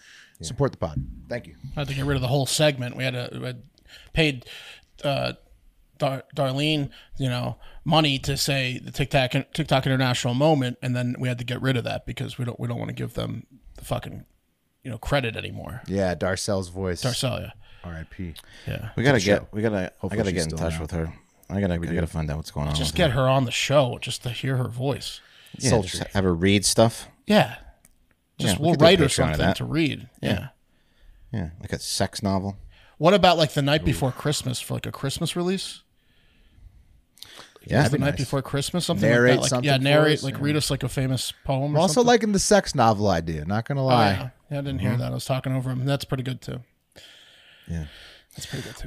support the pod thank you I had to get rid of the whole segment. We had to we had paid uh, Dar- Darlene, you know, money to say the TikTok TikTok International moment, and then we had to get rid of that because we don't we don't want to give them the fucking you know credit anymore. yeah darcel's voice Marcelia. rip We gotta get. We gotta. I gotta she's get in still touch around. with her. I gotta. I gotta find out what's going on. Just with her. get her on the show just to hear her voice. Yeah, just have her read stuff. Yeah. Just Yeah, we we'll could do a write Patreon her of something that. to read. Yeah. Yeah, like a sex novel. What about like the night before Christmas for like a Christmas release? Yeah, the night before Christmas, something Narrate like that. Like, something yeah, for narrate us, like yeah. read us like a famous poem. Or also something. liking the sex novel idea not gonna Oh, lie yeah. Yeah, I didn't hear that. I was talking over him. That's pretty good too.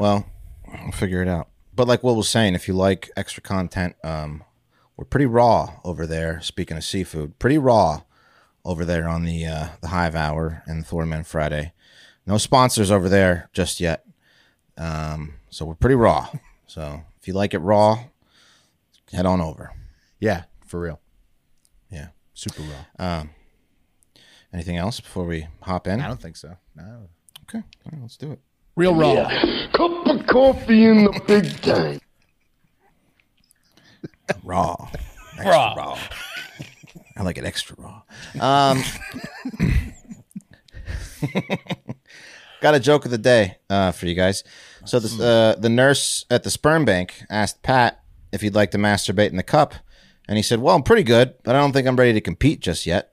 Well, we'll figure it out. But like Will was saying, if you like extra content, um, we're pretty raw over there. Speaking of seafood, pretty raw over there on the uh, the Hive Hour and Florida Man Friday. No sponsors over there just yet. Um, so we're pretty raw. So if you like it raw, head on over. yeah for real Yeah. super real Anything else before we hop in? i don't think so no Okay, All right, let's do it. Real raw. Cup of coffee in the big time. Raw. Extra Raw. I like it extra raw. Um, Got a joke of the day uh, for you guys. So the uh, the nurse at the sperm bank asked Pat if he'd like to masturbate in the cup, and he said, "Well, I'm pretty good, but I don't think I'm ready to compete just yet."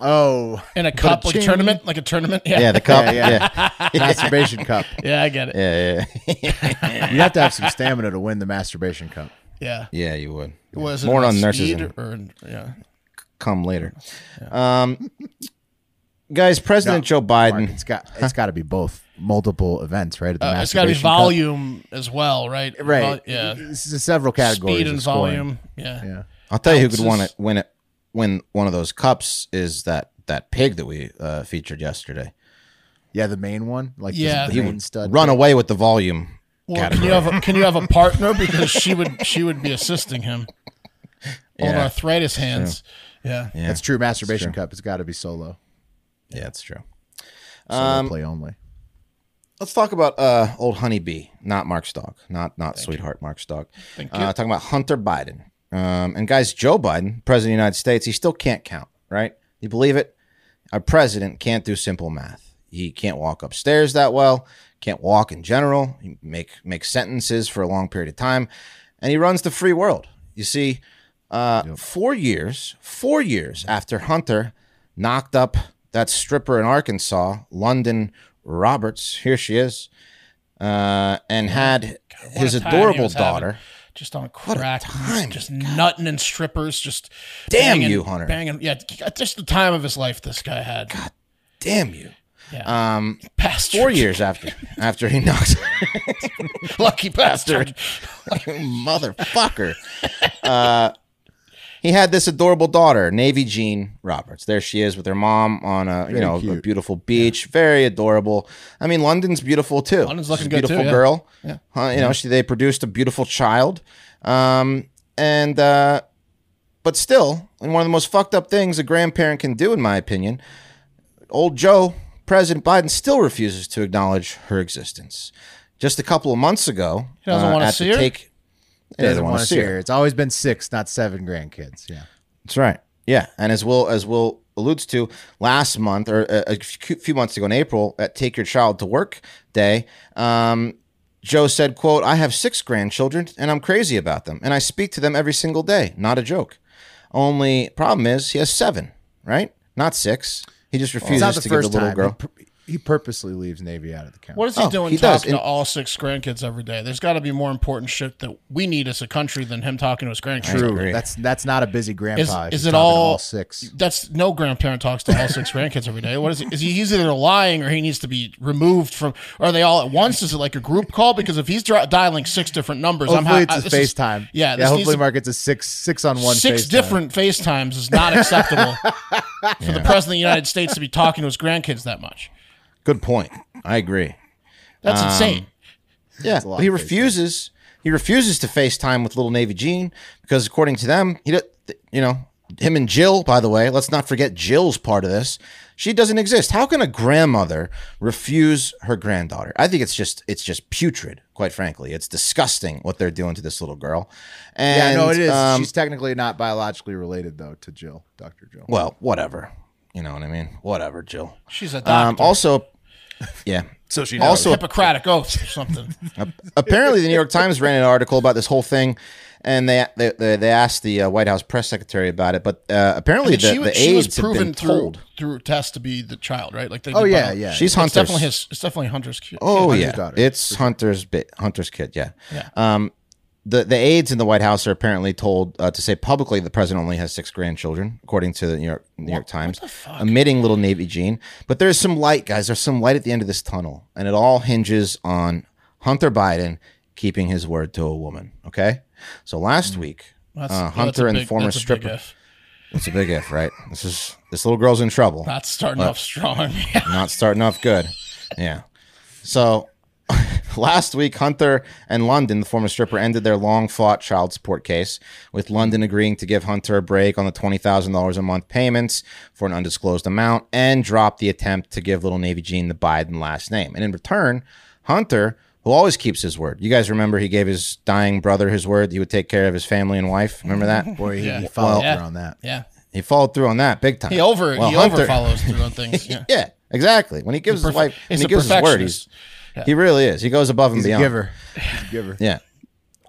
Oh, in a cup like a Ba-ching. tournament, like a tournament. Yeah, Yeah, yeah, the cup. Yeah, Yeah, yeah. yeah, masturbation cup. I get it. Yeah, yeah, yeah. You have to have some stamina to win the masturbation cup. Yeah, you would. Was it More on nurses speed and- or, or- yeah, Come later, um, guys. President No, Joe Mark, Biden. it's got it's got to be both multiple events, right? At the Uh, it's got to be masturbation cup. volume as well, right? right? Vol- yeah, this is several categories. speed of and scoring. volume. Yeah. Yeah. I'll tell you who could ounces. win it. Win it. Win one of those cups is that that pig that we uh, featured yesterday. Yeah, the main one, like Yeah. yeah, the, He main stud. Run away with the volume. Well, can you have a, can you have a partner because she would she would be assisting him. Old Yeah. arthritis hands. Yeah. Yeah, That's true. Masturbation cup. It's got to be solo. yeah, that's true. Solo Um, play only. Let's talk about uh, old honeybee, not Mark's dog, not not sweetheart Mark's dog. Thank Uh, talking about Hunter Biden, um, and guys, Joe Biden, president of the United States, he still can't count. Right? You believe it? Our president can't do simple math. He can't walk upstairs that well. Can't walk in general. He make make sentences for a long period of time, and he runs the free world. You see, uh, four years, four years after Hunter knocked up that stripper in Arkansas, London Roberts. Here she is, uh, and had what his a time he was adorable having. daughter. Just on crack, time. just nutting and strippers, just Damn banging- you, Hunter. banging. Yeah, just the time of his life this guy had. Damn you! Yeah. Um, Pastor, four years after after he knocked. lucky bastard. like motherfucker. uh, he had this adorable daughter, Navy Jean Roberts. There she is with her mom on a you know a cute. beautiful beach, very adorable. I mean, London's beautiful too. London's She's looking a good too, beautiful yeah. girl. Huh, you know, she they produced a beautiful child. Um, and uh, but still, and one of the most fucked up things a grandparent can do, in my opinion, old Joe, President Biden still refuses to acknowledge her existence. Just a couple of months ago, uh, He doesn't wanna at the see her? Take, he doesn't, want to see her. It's always been six, not seven grandkids. Yeah. That's right. Yeah, and as Will as Will alludes to last month or uh, a, a few few months ago in April at Take Your Child to Work Day, um, Joe said, "quote I have six grandchildren and I'm crazy about them, and I speak to them every single day. Not a joke. Only problem is he has seven, right? Not six. He just It's refuses not the to give the first little time. girl. He, pur- he purposely leaves Navy out of the count. What is he Oh, doing he does, talking and- to all six grandkids every day? There's got to be more important shit that we need as a country than him talking to his grandkids. True. agree. That's that's not a busy grandpa. if is you're talking it to all- six? That's no grandparent talks to all six grandkids every day. What is he? Is he he's either lying or he needs to be removed from? Are they all at once? Is it like a group call? Because if he's dri- dialing six different numbers, I'm Hopefully, it's ha- I- a this is- FaceTime. uh, yeah, yeah. this needs Hopefully, to- Mark, it's a six, six on one. six FaceTime. different FaceTimes is not acceptable for the president of the United States to be talking to his grandkids that much. Good point. I agree. That's Um, insane. a Yeah, lot but he of FaceTime. refuses. He refuses to FaceTime with little Navy Jean because, according to them, he, do- th- you know, him and Jill. By the way, let's not forget Jill's part of this. She doesn't exist. How can a grandmother refuse her granddaughter? I think it's just it's just putrid. Quite frankly, it's disgusting what they're doing to this little girl. Yeah, And, no, it is. um, She's technically not biologically related though to Jill, Doctor Jill. well, whatever. You know what I mean? Whatever, Jill. She's a Um, doctor. also, yeah. So she also Hippocratic oath or something. apparently the New York Times ran an article about this whole thing, and they they, they, they asked the uh, White House press secretary about it. But uh, apparently the, she, was- the she was aides have proven been through told through tests to be the child, right? Like they. Oh did yeah, bio- yeah. she's It's Hunter's. definitely his. It's definitely Hunter's kid. oh Hunter's yeah, daughter, it's Hunter's bit Hunter's kid. Yeah. Yeah. Um, the the aides in the White House are apparently told uh, to say publicly the president only has six grandchildren, according to the New York New York Times, omitting little Navy Jean. But there's some light, guys. There's some light at the end of this tunnel, and it all hinges on Hunter Biden keeping his word to a woman. Okay. So last week, Hmm. That's- uh, that's a Hunter and big- former that's a big stripper. if. It's a big if, right? This is this little girl's in trouble. Not starting off strong. Not starting off good. Yeah. So last week, Hunter and London, the former stripper, ended their long fought child support case with London agreeing to give Hunter a break on the $20,000 a month payments for an undisclosed amount and drop the attempt to give little Navy Jean the Biden last name. And in return, Hunter, who always keeps his word, you guys remember he gave his dying brother his word that he would take care of his family and wife. Remember that? Boy, he, Yeah. he followed Well- through on that. yeah, He followed through on that big time. he over Well, he Hunter- over follows through on things. Yeah. yeah, Exactly. When he gives his perf- wife, when he's he a gives his word, he's, he really is. He goes above and beyond. Giver. Giver. Yeah.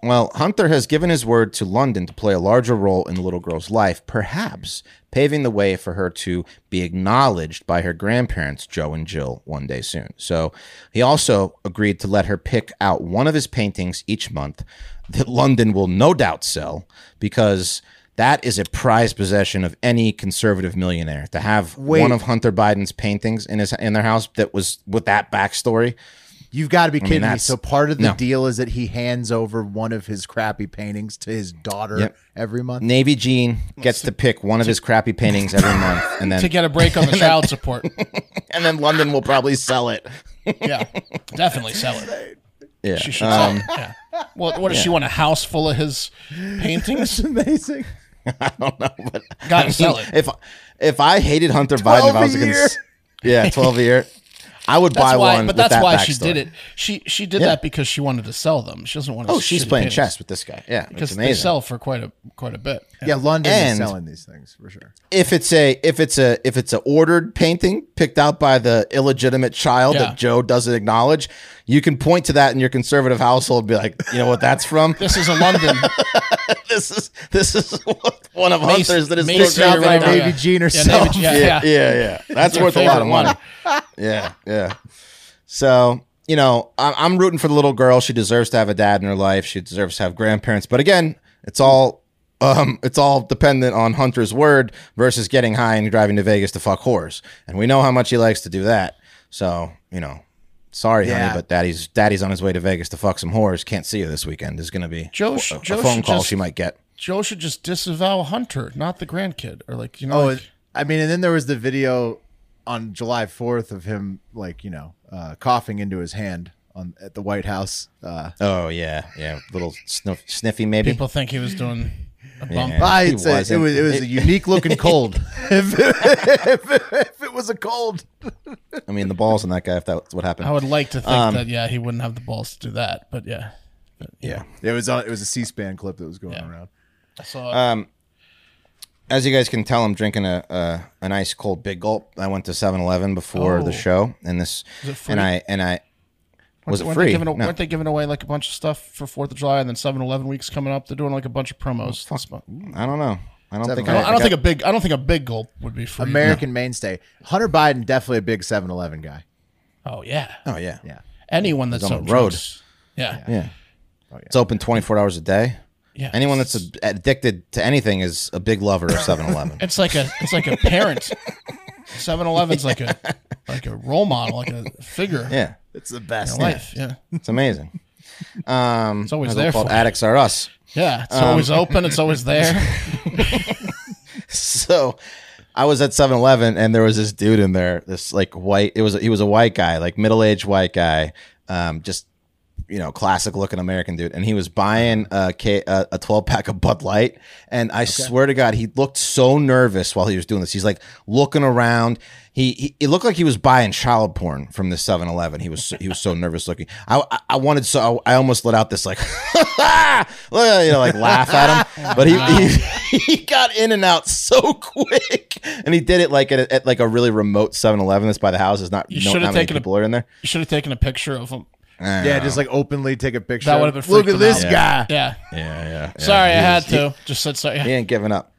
Well, Hunter has given his word to London to play a larger role in the little girl's life, perhaps paving the way for her to be acknowledged by her grandparents, Joe and Jill, one day soon. So he also agreed to let her pick out one of his paintings each month that London will no doubt sell because that is a prized possession of any conservative millionaire to have one of Hunter Biden's paintings in his in their house that was with that backstory. You've got to be kidding me. that's- So part of the no. deal is that he hands over one of his crappy paintings to his daughter Yep. every month. Navy Gene gets to pick one of his crappy paintings every month, and to then get a break on the child support. and then London will probably sell it. Yeah, definitely sell it. Yeah, um, She should sell it. Yeah. Well, what does she want? A house full of his paintings? Amazing. Gotta sell it. if if I hated Hunter Biden, if I 12 was a against, year. yeah, twelve a year, I would That's buy why, one. but with that's that why she backstory. did it. She she did Yeah. that because she wanted to sell them. She doesn't want to. Oh, she's playing chess with this guy. Yeah, it's because amazing. they sell for quite a quite a bit. Yeah, London is And- selling these things for sure. if it's a if it's a if it's a ordered painting picked out by the illegitimate child Yeah. that Joe doesn't acknowledge, you can point to that in your conservative household and be like, you know what that's from? This is a London. this is this is one of Mace- Hunter's that is Mace picked out or by whatever. Navy Oh, yeah. Gene Yeah, herself. Navy Gene, yeah, yeah, yeah. yeah, yeah. That's our worth a lot of favorite one. money. yeah, yeah. So you know, I- I'm rooting for the little girl. She deserves to have a dad in her life. She deserves to have grandparents. But again, it's all um, it's all dependent on Hunter's word versus getting high and driving to Vegas to fuck whores. And we know how much he likes to do that. So you know. Sorry, Yeah. honey, but daddy's daddy's on his way to Vegas to fuck some whores. Can't see you this weekend. There's gonna be Joe a, sh- a Joe phone should call just- she might get. Joe should just disavow Hunter, not the grandkid, or like you know. Oh, like- it- I mean, and then there was the video on July 4th of him, like, you know, uh, coughing into his hand on at the White House. Uh, Oh yeah, yeah, little sniff, sniffy maybe. people think he was doing a bump. Yeah. I- He it's a- it wasn't. was it was a unique looking cold. if, if- if it was a cold, I mean, the balls on that guy, if that's what happened. I would like to think Um, that yeah, he wouldn't have the balls to do that, but yeah, yeah. it was on, it was a C-SPAN clip that was going Yeah. around. I saw. Uh, As you guys can tell, I'm drinking a, a an ice cold big gulp. I went to 7-Eleven before Oh. the show, and this, it free? and I and I was it weren't free? They giving, a- No. Weren't they giving away like a bunch of stuff for Fourth of July and then 7-Eleven weeks coming up? They're doing like a bunch of promos. this month. I don't know. I don't think. I I, don't, I don't got- think a big. I don't think a big gulp would be free. American mainstay. Hunter Biden definitely a big 7-Eleven guy. Oh yeah. oh yeah, Yeah. Anyone that's on on the road. drugs. Yeah. yeah. It's open 24 hours a day. Yeah. Anyone that's a- addicted to anything is a big lover of 7-Eleven. It's like a. It's like a parent. 7-Eleven's like a like a role model, like a figure yeah, Hmm. It's the best. in life. Yeah. it's amazing. Um, It's always it's there called Um, for. you. Addicts Are Us. Yeah. It's always open. It's always there. so I was at 7-Eleven and there was this dude in there, this like white. It was he was a white guy, like middle aged white guy, um, just you know, classic looking American dude, and he was buying a ca- a- a 12 pack of Bud Light, and I swear to God, he looked so nervous while he was doing this. He's like looking around. He, he it looked like he was buying child porn from the 7-Eleven. He was so, he was so nervous looking. I, I I wanted so I, I almost let out this like well, you know like laugh at him, but he, he he got in and out so quick, and he did it like at, a, at like a really remote 7-Eleven that's by the house. It's not You you know should've how many taken a- people are in there. You should have taken a picture of him. Yeah, just like openly take a picture. That would've been Look freaked at him this out. guy. Yeah. Yeah, yeah. Sorry, I had to. Just said sorry. He ain't giving up.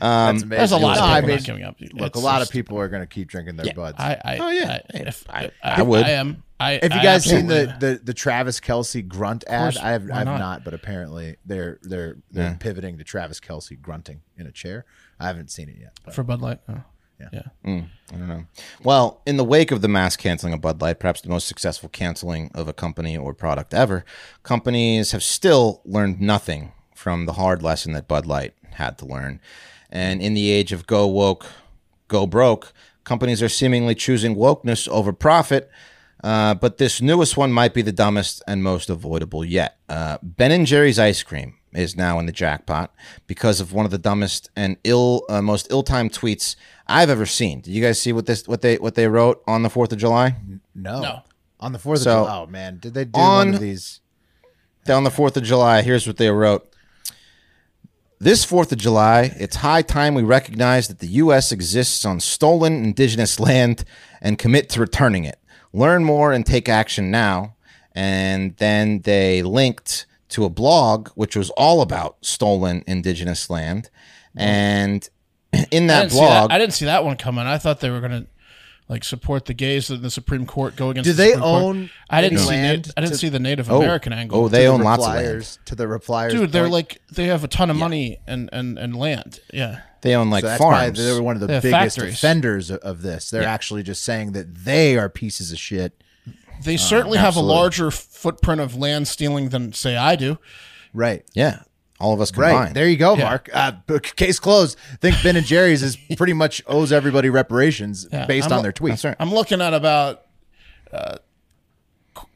That's amazing. Um, There's a lot No, of I people mean, not giving up. Look, Look, a lot of people are going to keep drinking their buds. I, I, oh yeah. I, if, I, I, would. I am. I. Have you I guys seen absolutely- the, the, the Travis Kelsey grunt ad? course, I have why I've not? not? but apparently they're they're they're pivoting to Travis Kelsey grunting in a chair. I haven't seen it yet. but- for Bud Light? Oh. Yeah. I don't know. Well, in the wake of the mass canceling of Bud Light, perhaps the most successful canceling of a company or product ever, companies have still learned nothing from the hard lesson that Bud Light had to learn. And in the age of go woke, go broke, companies are seemingly choosing wokeness over profit. Uh, but this newest one might be the dumbest and most avoidable yet. Uh, ben and Jerry's ice cream is now in the jackpot because of one of the dumbest and ill, uh, most ill-timed tweets I've ever seen. Did you guys see what this what they what they wrote on the Fourth of July? No. No. On the fourth So- of July. Oh man, did they do one On- of these? Down the Fourth of July, here's what they wrote. This 4th of July, it's high time we recognize that the U.S. exists on stolen indigenous land and commit to returning it. Learn more and take action now. And then they linked to a blog which was all about stolen indigenous land. And in I that didn't, see that. blog, I didn't see that one coming. I thought they were going to like support the gays in the Supreme Court go against. Do the they Supreme Court. own I didn't any see. land the, I didn't to- see the Native Oh, American angle. Oh, they to the own lots of land. repliers- To the repliers, dude, they're point. like they have a ton of money and and and land. Yeah, They own like So that's farms. probably they were one of the They have biggest factories. offenders o- of this. They're actually just saying that they are pieces of shit, they certainly have a larger footprint of land stealing than say I do. right? yeah, all of us Right combined. there, you go, Yeah. Mark. Uh, book- case closed. Think Ben and Jerry's is pretty much owes everybody reparations based I'm on a- their tweets. right. I'm looking at about uh,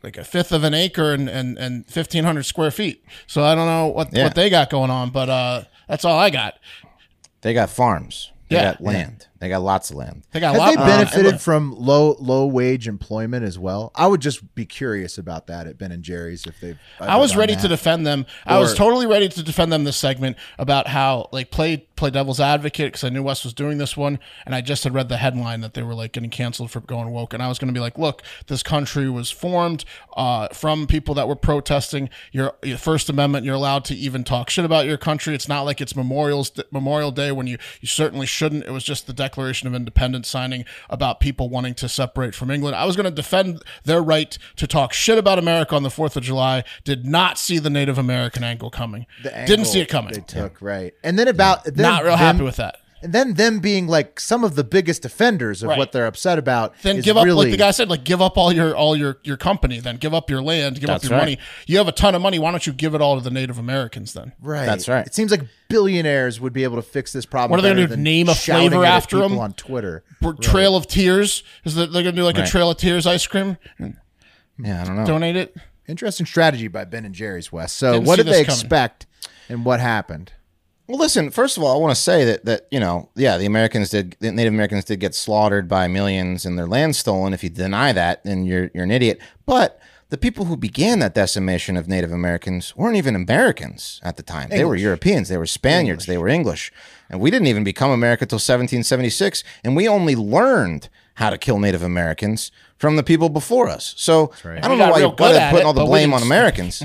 like a fifth of an acre and and, and fifteen hundred square feet. So I don't know what Yeah. what they got going on, but uh, that's all I got. They got farms. They Yeah. got land. They got lots of land. They got a Have lot they more than I benefited would. from low low wage employment as well? I would just be curious about that at Ben and Jerry's if they. I was ready to defend them. I was Or- totally ready to defend them this segment about how like play play devil's advocate because I knew Wes was doing this one, and I just had read the headline that they were like getting canceled for going woke, and I was going to be like, look, this country was formed uh, from people that were protesting your, your First Amendment. You're allowed to even talk shit about your country. It's not like it's Memorial's Memorial Day when you you certainly shouldn't. It was just the Declaration of Independence signing about people wanting to separate from England. I was going to defend their right to talk shit about America on the 4th of July. Did not see the Native American angle coming. Didn't see it They coming. took right, and then about then Not real them- happy with that. And then them being like some of the biggest offenders of Right. what they're upset about. Then is give up, really, like the guy said, like give up all your all your your company. Then give up your land, give That's up your right. money. You have a ton of money. Why don't you give it all to the Native Americans then? Right. That's right. It seems like billionaires would be able to fix this problem. What are they better gonna do, than name a shouting flavor it at after people 'em? on Twitter? Trail of Tears is that they're gonna do like Right. a Trail of Tears ice cream and Yeah, I don't Oh. know. donate it? Interesting strategy by Ben and Jerry's West. So, Didn't what see did they this coming. expect, and what happened? Well, listen. First of all, I want to say that that you know, yeah, the Americans did, the Native Americans did get slaughtered by millions and their land stolen. If you deny that, then you're you're an idiot. But the people who began that decimation of Native Americans weren't even Americans at the time. They were Europeans. They were Spaniards. They were English, and we didn't even become America till 1776. And we only learned how to kill Native Americans from the people before us. So I don't We know got why real you're good good at at putting it, all the but we blame didn't on s- Americans.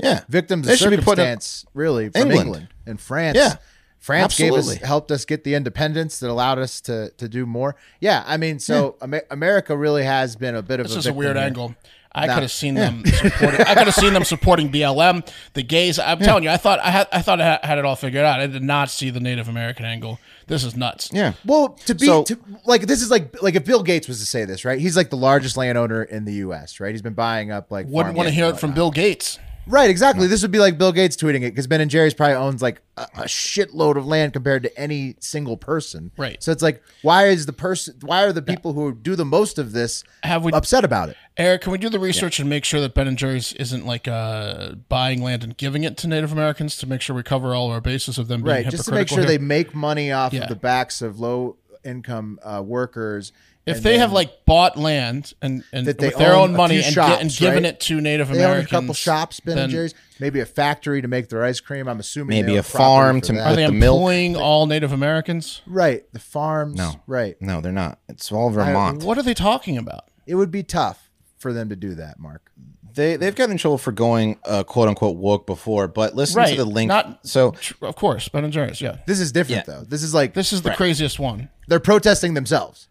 yeah, Victims They of should be putting- circumstance, really, from England. England. and France. Yeah. France gave us Absolutely. helped us get the independence that allowed us to to do more. Yeah, I mean, so Ame- America really has been a bit of This a is a victim weird here. angle. I could have seen them. Supporting, I could have seen them supporting BLM, the gays. I'm telling you, I thought I had, I thought I had it all figured out. I did not see the Native American angle. This is nuts. yeah. Well, to be So- to, like this is like like if Bill Gates was to say this, right? He's like the largest landowner in the U.S. Right? He's been buying up like wouldn't want to farmland hear and it from whatnot. Bill Gates. Right? Exactly. This would be like Bill Gates tweeting it because Ben and Jerry's probably owns like a, a shitload of land compared to any single person. Right. So it's like, why is the person? Why are the people who do the most of this Have we- upset about it? Eric, can we do the research and make sure that Ben and Jerry's isn't like uh, buying land and giving it to Native Americans to make sure we cover all our bases of them being Right. Just to make hypocritical sure here? they make money off Yeah. of the backs of low income uh, workers. if and they then have like bought land and, and That they with their own own a money few and, shops, gi- and given right? it to Native They own a Americans, couple shops, Ben then and Jerry's, maybe a factory to make their ice cream. I'm assuming they Maybe own a property farm for to that. Are they With the milk. employing all Native Americans? Right. The farms. No. Right. No, they're not. It's all Vermont. What are they talking about? It would be tough for them to do that, Mark. they they've gotten in trouble for going uh, quote unquote woke before, but listen Right, to the link. not- so Tr- Of course, Ben and Jerry's. Yeah, This is different though. This is like this is the craziest one. they're protesting themselves.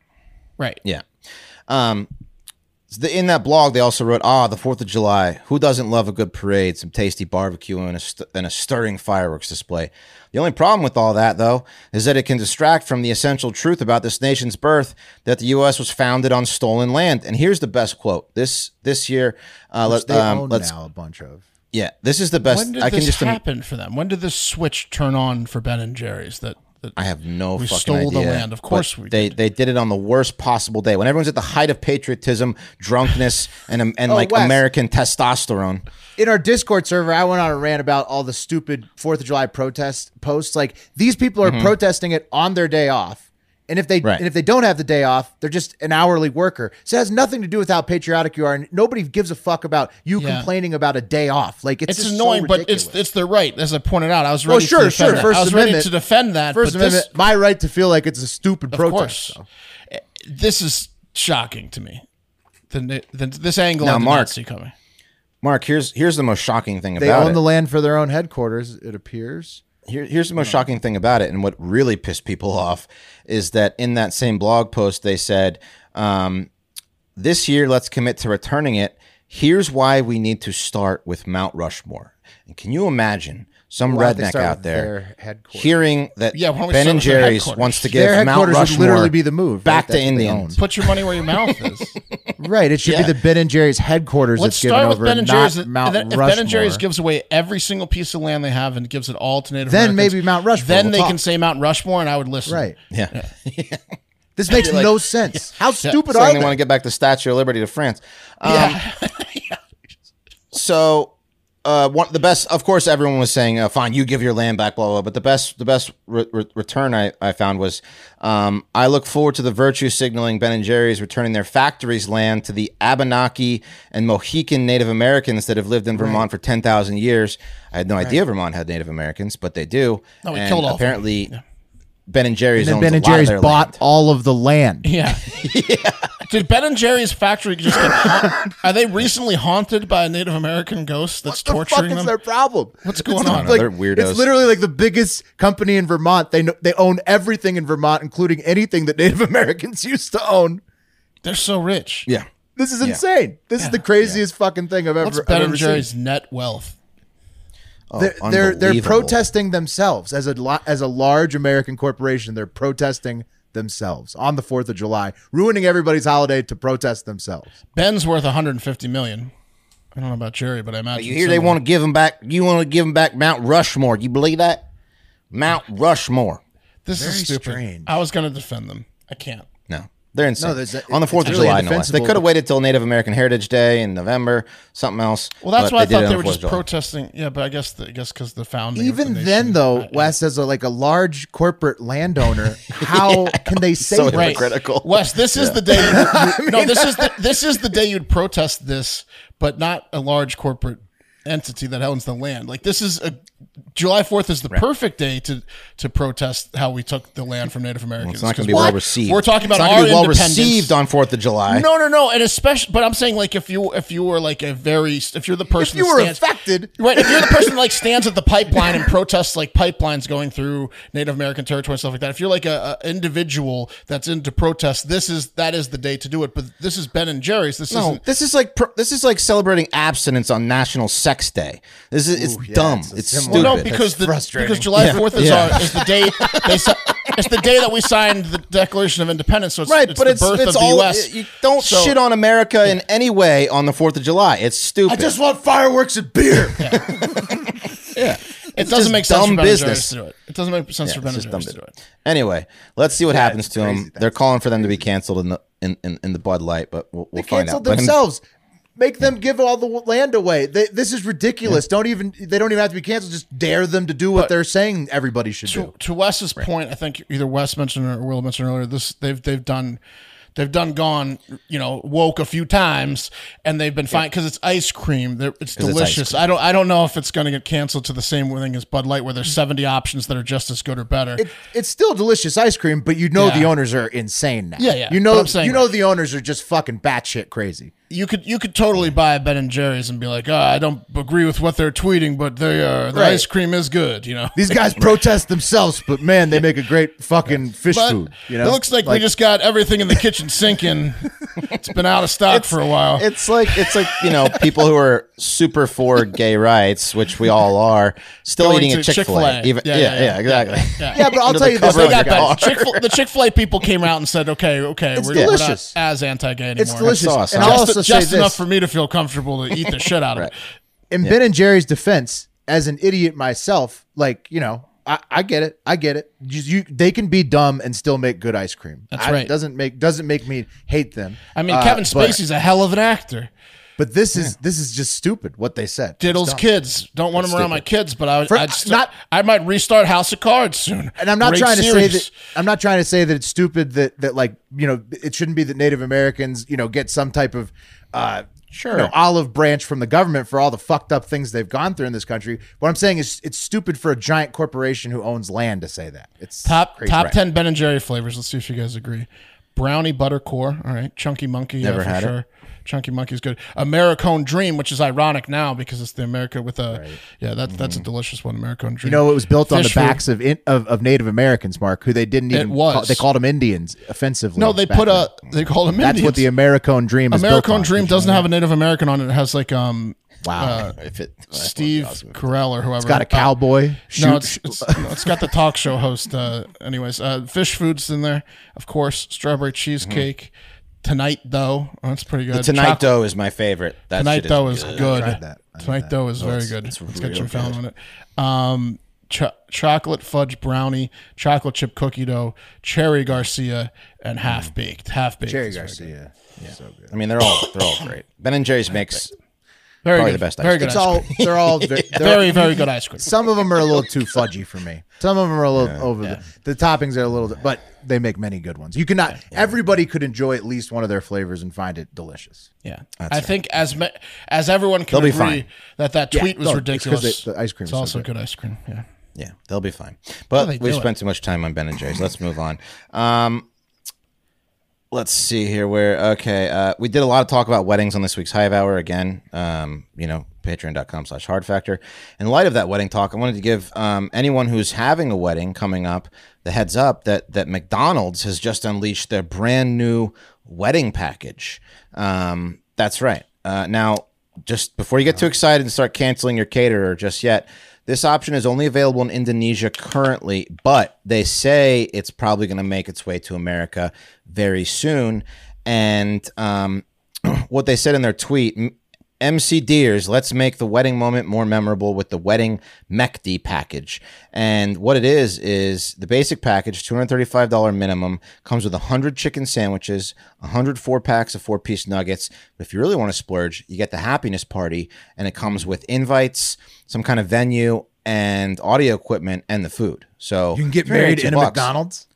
Right. yeah, um, so the, in that blog they also wrote, ah, the Fourth of July. Who doesn't love a good parade, some tasty barbecue, and a st- and a stirring fireworks display? The only problem with all that though is that it can distract from the essential truth about this nation's birth that the U.S. was founded on stolen land. And here's the best quote this this year. Uh, let, They um, own let's now a bunch of. yeah, this is the best. When did I can this just im- happen for them? When did this switch turn on for Ben and Jerry's? That, that I have no We fucking stole the idea. land. Of But course we they did. they did it on the worst possible day when everyone's at the height of patriotism, drunkenness, and um, Oh, and like Wes. American testosterone. In our Discord server, I went on a rant about all the stupid Fourth of July protest posts. Like these people are protesting it on their day off. And if they Mm-hmm. Right. and if they don't have the day off, they're just an hourly worker. So it has nothing to do with how patriotic you are, and nobody gives a fuck about you Yeah. complaining about a day off. Like it's, It's just so annoying, but it's ridiculous. it's their right, as I pointed out. I was ready. well, sure, to defend sure. that. First I was Amendment ready to defend that. First but Amendment, This, my right to feel like it's a stupid of protest. course, though. Uh, this is shocking to me. The, the, this angle Now, I did Mark, not see coming. Mark, here's here's the most shocking thing They about own it. the land for their own headquarters. It appears. Here, here's the most shocking thing about it, and what really pissed people off is that in that same blog post they said, um, "This year, let's commit to returning it." Here's why we need to start with Mount Rushmore. And can you imagine some Why don't they redneck start out with there their headquarters? hearing that Yeah, why don't we Ben start and with their Jerry's headquarters? wants to give Their Mount headquarters Rushmore would literally be the move right? back That's to what they Indians. Put your money where your mouth is. Right, it should Yeah. be the Ben and Jerry's headquarters Let's that's given start with over, Ben and not Jerry's. and Mount then if Rushmore. Ben and Jerry's gives away every single piece of land they have and gives it all to Native Then Americans, maybe Mount Rushmore Then will they talk. can say Mount Rushmore, and I would listen. right. Yeah, This makes no sense. How stupid are saying they? they want to get back the Statue of Liberty to France. Um, Yeah. so uh, one the best of course everyone was saying uh, fine you give your land back blah blah, blah but the best the best re- re- return I, I found was um, i look forward to the virtue signaling ben and jerry's returning their factories land to the abenaki and mohican native americans that have lived in vermont for 10000 years i had no idea vermont had native americans but they do No, we and killed all of them. apparently ben and jerry's and owns Ben a and lot of Jerry's their bought land. all of the land. Yeah. Did Ben and Jerry's factory just get haunted? Are they recently haunted by a Native American ghost that's torturing them? problem? What's going on? They're weirdos. It's literally like the biggest company in Vermont. They know, they own everything in Vermont, including anything that Native Americans used to own. They're so rich. yeah This is insane. This is the craziest fucking thing I've ever. What's I've Ben and ever seen. Jerry's net wealth? Oh, They're, they're they're unbelievable. protesting themselves as a lo- as a large American corporation. They're protesting themselves on the Fourth of July, ruining everybody's holiday to protest themselves. Ben's worth 150 million. I don't know about Jerry, but I imagine You hear they similar. want to give them back. You want to give them back Mount Rushmore. You believe that? Mount Rushmore. This is Very stupid. strange. I was going to defend them. I can't. No, they're insane. No, there's a- On the it's Fourth of really July, no less. They indefensible. could have waited till Native American Heritage Day in November, something else. Well, that's but why I did it thought on they the were 4th just of July. protesting. Yeah, but I guess the, I guess because the founding. of Even the then, nation- though, I- Wes, as a, like a large corporate landowner, how can they say So that? Right. hypocritical. Wes, this is the day. You, you- no, this is the, this is the day you'd protest this, but not a large corporate entity that owns the land. Like this is a July Fourth is the perfect day to to protest how we took the land from Native Americans. It's not going to 'Cause be we're- well received. We're talking about it's not our gonna be well independence. received on Fourth of July. No, no, no, and especially, but I'm saying like if you if you were like a very if you're the person you that were stands- affected. right? If you're the person that like stands at the pipeline and protests like pipelines going through Native American territory and stuff like that, if you're like a, a individual that's into protest, this is that is the day to do it. But this is Ben and Jerry's. This No, isn't. this is like pro- this is like celebrating abstinence on National Sex Day. This is it's dumb. it's It's, a similar- stupid. Well, no, That's because the frustrating. because July Yeah. Fourth is Yeah. our is the day they si- it's the day that we signed the Declaration of Independence. So it's, right, it's but the it's birth it's of all the U.S. you don't So- shit on America in any way on the Fourth of July. It's stupid. I just want fireworks and beer. It doesn't make sense dumb for Ben and Jerry's business. to do it. It doesn't make sense for Yeah, Ben it's just and dumb Jerry's to do it. Anyway, let's see what happens it's to them. crazy. They're calling for them to be canceled in the in, in, in the Bud Light, but we'll, we'll They find canceled out. But- themselves. Make them give all the land away. They, this is ridiculous. Don't even they don't even have to be canceled. Just dare them to do what they're saying everybody should do. to, to Wes's point, I think either Wes mentioned or Will mentioned earlier. This they've they've done, they've done gone. You know, woke a few times, and they've been fine because it's ice cream. They're, it's ice delicious. I don't I don't know if it's going to get canceled to the same thing as Bud Light, where there's 70 options that are just as good or better. It, it's still delicious ice cream, but you know Yeah. the owners are insane now. Yeah, yeah. You But know, I'm saying- you know the owners are just fucking batshit crazy. you could you could totally buy a Ben and Jerry's and be like, oh, I don't agree with what they're tweeting, but they are the Right. ice cream is good. You know. These guys protest themselves, but man, they make a great fucking fish But food. You know, it looks like, we just got everything in the kitchen sinking. it's been out of stock for a while. It's like it's like you know people who are super for gay rights, which we all are, still Going eating a to Chick Fil A. Chick-fil-A. Yeah, yeah, exactly. yeah. But I'll Under tell the you this: cover They Oh, got my better. God. Chick-fil- the Chick Fil A people came out and said, "Okay, okay, we're, we're not delicious. as anti-gay anymore. it's delicious, sauce, and huh? I'll Just, also say just this. enough for me to feel comfortable to eat the shit out of it. in Ben and Jerry's defense, as an idiot myself, like you know, I, I get it, I get it. You, you- they can be dumb and still make good ice cream. That's I- right. Doesn't make doesn't make me hate them. I mean, Uh, Kevin but- Spacey's a hell of an actor. But this is this is just stupid what they said. Diddle's kids. Don't want them around my kids, but I would. For- I'd st- not- I might restart House of Cards soon. and I'm not Great trying to series. say that I'm not trying to say that it's stupid that that like you know it shouldn't be that Native Americans you know get some type of uh sure olive branch from the government for all the fucked up things they've gone through in this country. What I'm saying is it's stupid for a giant corporation who owns land to say that. It's Top crazy. top Right. ten Ben and Jerry flavors. Let's see if you guys agree. Brownie butter core. All right. Chunky monkey. yeah, Never for had it. sure. Chunky monkey's good. Americone dream, which is ironic now because it's the America with a. Yeah, that's that's a delicious one. Americone dream. Mm-hmm. You know, it was built on the Fish food. backs of, in, of of Native Americans, Mark, who they didn't even was. Call, they called them Indians offensively. No, they back put then. a. They called them. That's what the Indians. Americone dream is. built on. Americone dream doesn't have a Native American on it. It has like um Wow, if it Steve Carell or whoever. Uh, it's got a cowboy. No, shoot- it's, it's, no, it's got the talk show host. Uh, anyways, uh, fish foods in there, of course. Strawberry cheesecake. Tonight though, oh, that's pretty good. Mm-hmm. Tonight Chocolate- Dough is my favorite. That Tonight shit though is good. that. Tonight though is very good. it's It's got real your found on it. Um, cho- chocolate fudge brownie, chocolate chip cookie dough, cherry Garcia, and Mm. half baked. Half baked. Jerry is very good. Garcia. So good. I mean, they're all they're all great. Ben and Jerry's makes Very Probably good. the best ice Very cream. good. It's ice cream. all Oh, they're all ve- they're- Very very good ice cream. some of them are a little too fudgy for me. Some of them are a little over the, the toppings are a little, but they make many good ones. You cannot everybody could enjoy at least one of their flavors and find it delicious. Yeah, I think as ma- as everyone can They'll be agree fine. that that tweet was no, it's 'cause ridiculous. they- the ice cream It's is so also good. good ice cream. Yeah, yeah, they'll be fine. they But we've do it. spent too much time on Ben and Jerry's. Let's move on. Um, let's see here. Where okay, uh, we did a lot of talk about weddings on this week's Hive Hour again. Um, you know, Patreon.com/slash Hard Factor. In light of that wedding talk, I wanted to give um, anyone who's having a wedding coming up the heads up that that McDonald's has just unleashed their brand new wedding package. Um, that's right. Uh, now, just before you get too excited and start canceling your caterer just yet, this option is only available in Indonesia currently, but they say it's probably going to make its way to America very soon. And um, what they said in their tweet M- MC Deers, let's make the wedding moment more memorable with the wedding MechD package. And what it is, is the basic package, $235 minimum, comes with 100 chicken sandwiches, 104 packs of four piece nuggets. But if you really want to splurge, you get the happiness party, and it comes with invites, some kind of venue, and audio equipment, and the food. So You can get married in a McDonald's.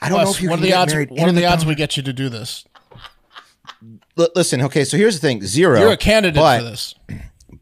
I don't know Plus, if you what can are the get odds? married What in are a the odds we get you to do this? L- listen, okay, so here's the thing: zero. You're a candidate but, for this.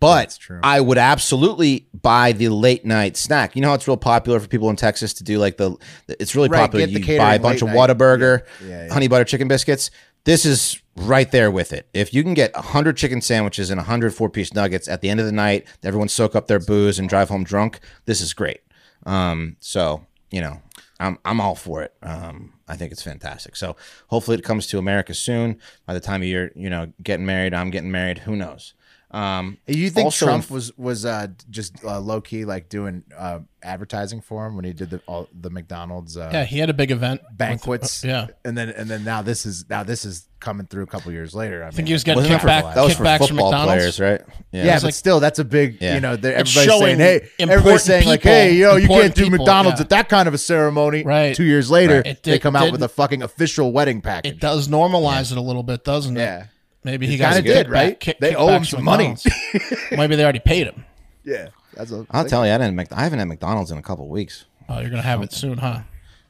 but I would absolutely buy the late night snack. You know, how it's real popular for people in Texas to do like the. It's really Right, popular. get the You catering buy a bunch of late night. Whataburger, honey butter chicken biscuits. This is right there with it. If you can get hundred chicken sandwiches and hundred four piece nuggets at the end of the night, everyone soak up their booze and drive home drunk. This is great. Um, so you know, I'm I'm all for it. Um, I think it's fantastic. So hopefully it comes to America soon. By the time you're you know getting married, I'm getting married. Who knows? Um, You think also in Trump was was uh, just uh, low key like doing uh, advertising for him when he did the all, the McDonald's uh, Yeah, he had a big event. banquets? yeah. and then and then now this is now this is coming through a couple years later. I, I think mean, he was getting Wasn't that for- kickback, Uh, that was kickbacks for from football McDonald's. players, right? Yeah, It's but like- still, that's a big, Yeah. you know, they're- It's everybody's saying, showing hey, everybody's important saying, like, people- hey, yo, you can't important do people, McDonald's yeah. at that kind of a ceremony. Right. Two years later, Right. It they did- come out with didn't- a fucking official wedding package. It does normalize it a little bit, doesn't it? Yeah. Maybe he kinda got a did, kickback- right? kick- They owe him kickbacks some from money. McDonald's. Maybe they already paid him. yeah. That's a, I'll tell you, I didn't. Mc- I haven't had McDonald's in a couple of weeks. Oh, you're gonna have it soon, huh?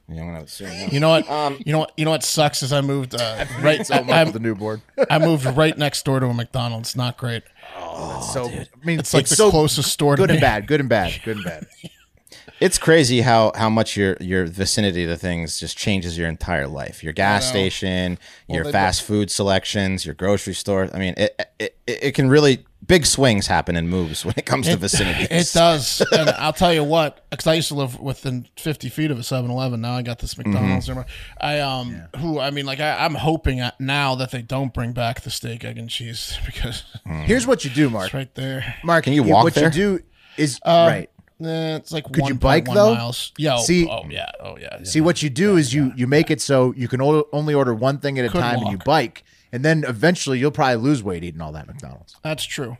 You know, I'm gonna have it soon. You know what? Um, you know what? You know what sucks is I moved uh, right. I, the newborn. I moved right next door to a McDonald's. Not great. so, I mean, It's like the so closest store to good and me. bad, good and bad, good and bad. It's crazy how how much your your vicinity to things just changes your entire life. Your gas station, your fast food selections, your grocery store. I mean, it, it it it can really big swings happen and moves when it comes to vicinity. It does. and I'll tell you what, because I used to live within 50 feet of a 7 Eleven. Now I got this Mm-hmm. McDonald's. I, um, who, I mean, like, I, I'm hoping uh, now that they don't bring back the steak, egg, and cheese because Here's what you do, Mark. it's right there. Mark, Can you walk What there? you do is, right. Eh, it's like you 1.1 bike, though? miles. Yeah. oh, See- oh, yeah. Oh, yeah. See what you do is you you make it so you can o- only order one thing at a Couldn't time and you walk. bike, and then eventually you'll probably lose weight eating all that McDonald's. That's true.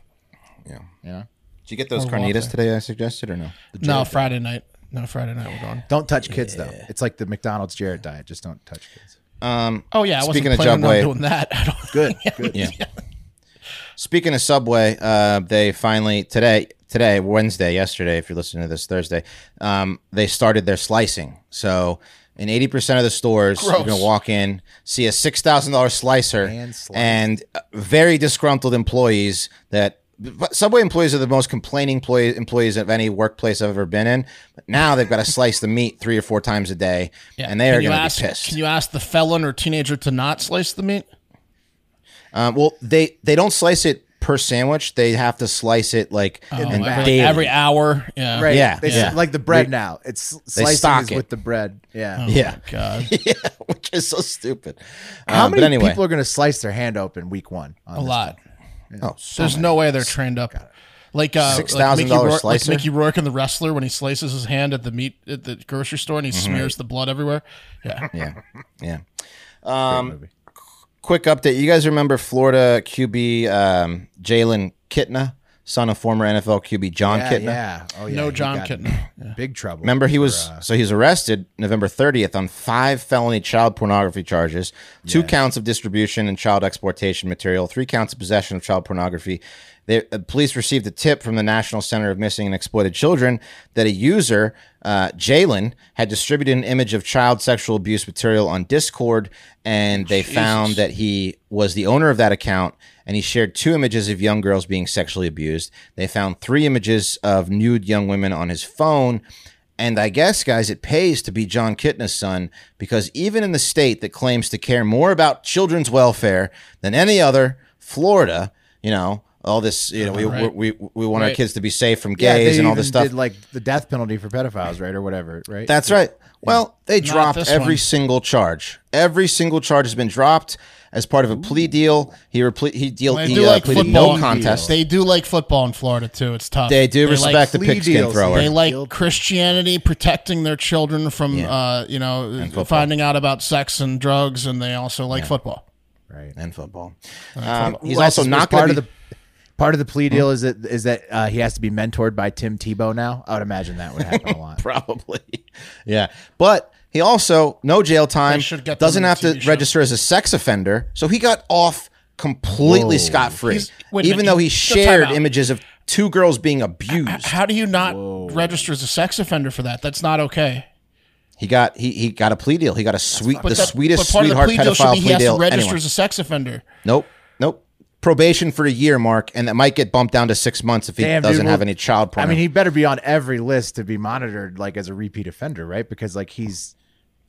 Did you get those carnitas today? I suggested or no? No, Friday night. No, Friday night we're going. Don't touch kids though. It's like the McDonald's Jared diet. Just don't touch kids. Oh, yeah. I Speaking wasn't of planning Jubway- on doing that. I don't, Good. good. Yeah. Speaking of Subway, uh, they finally today, today Wednesday, yesterday. If you're listening to this Thursday, um, they started their slicing. So in 80 percent of the stores, you're gonna walk in, see a six thousand dollar slicer, And and, slice. uh, very disgruntled employees that. but Subway employees are the most complaining employee, employees of any workplace I've ever been in. But now they've got to slice the meat three or four times a day, and they Can are you going to ask- be pissed. Can you ask the felon or teenager to not slice the meat? Um, well, they they don't slice it per sandwich. They have to slice it like and Oh, every, daily. every hour. Yeah. Right. Yeah, They s- yeah. Like the bread now. It's slicing stock is it. with the bread. Yeah. yeah, Oh, God. yeah, which is so stupid. How Um, many but anyway, people are going to slice their hand open week one? On A this? lot. oh, so There's many. no way they're trained up. Like uh, like $6,000 Mickey, Rourke, like slicer? Mickey Rourke and the wrestler when he slices his hand at the meat at the grocery store and he smears the blood everywhere. Yeah, Mm-hmm. Yeah, yeah. Um, quick update. You guys remember Florida QB um, Jalen Kitna, son of former NFL QB John Yeah, Kitna? yeah. Oh, yeah. no he John got Kitna. in Big trouble. Remember, he was so he was arrested November 30th on five felony child pornography charges, two counts of distribution and child exploitation material, three counts of possession of child pornography. They, the police received a tip from the National Center of Missing and Exploited Children that a user, uh, Jalen, had distributed an image of child sexual abuse material on Discord, and they found that he was the owner of that account and he shared two images of young girls being sexually abused. They found three images of nude young women on his phone. And I guess, guys, it pays to be John Kitna's son because even in the state that claims to care more about children's welfare than any other, Florida, you know, all this, you know, we, Right. we, we, we want our Right. kids to be safe from Yeah, gays they and all even this stuff. Did like the death penalty for pedophiles, right, or whatever, right? That's right. Well, they dropped this every one. single charge. Every single charge has been dropped as part of a plea deal. He reple- he deal They he, do uh, like pleaded football. no contest. They do like football in Florida too. It's tough. They do respect the plea pigskin deals. thrower. They like Christianity protecting their children from, uh, you know, football. finding out about sex and drugs, and they also like football. right. and football. Um, he's Well, also that's not Hmm? part going to of the part of the plea deal. Is that is that uh, he has to be mentored by Tim Tebow now? I would imagine that would happen a lot. probably. yeah, but he also no jail time. They should get them Doesn't on have to TV shows. register as a sex offender, so he got off completely scot free. He's- wait a Even minute, though he he- so shared time out. images of two girls being abused, How do you not register as a sex offender for that? That's not okay. he got he, he got a plea deal. He got a sweet the that- sweetest but part of sweetheart the plea deal should pedophile be he plea has to deal. register anyone. as a sex offender. Nope. Nope. Probation for a year, Mark, and that might get bumped down to six months if he Damn, dude, doesn't well, have any child I porn. mean, he better be on every list to be monitored, like as a repeat offender, right? Because like he's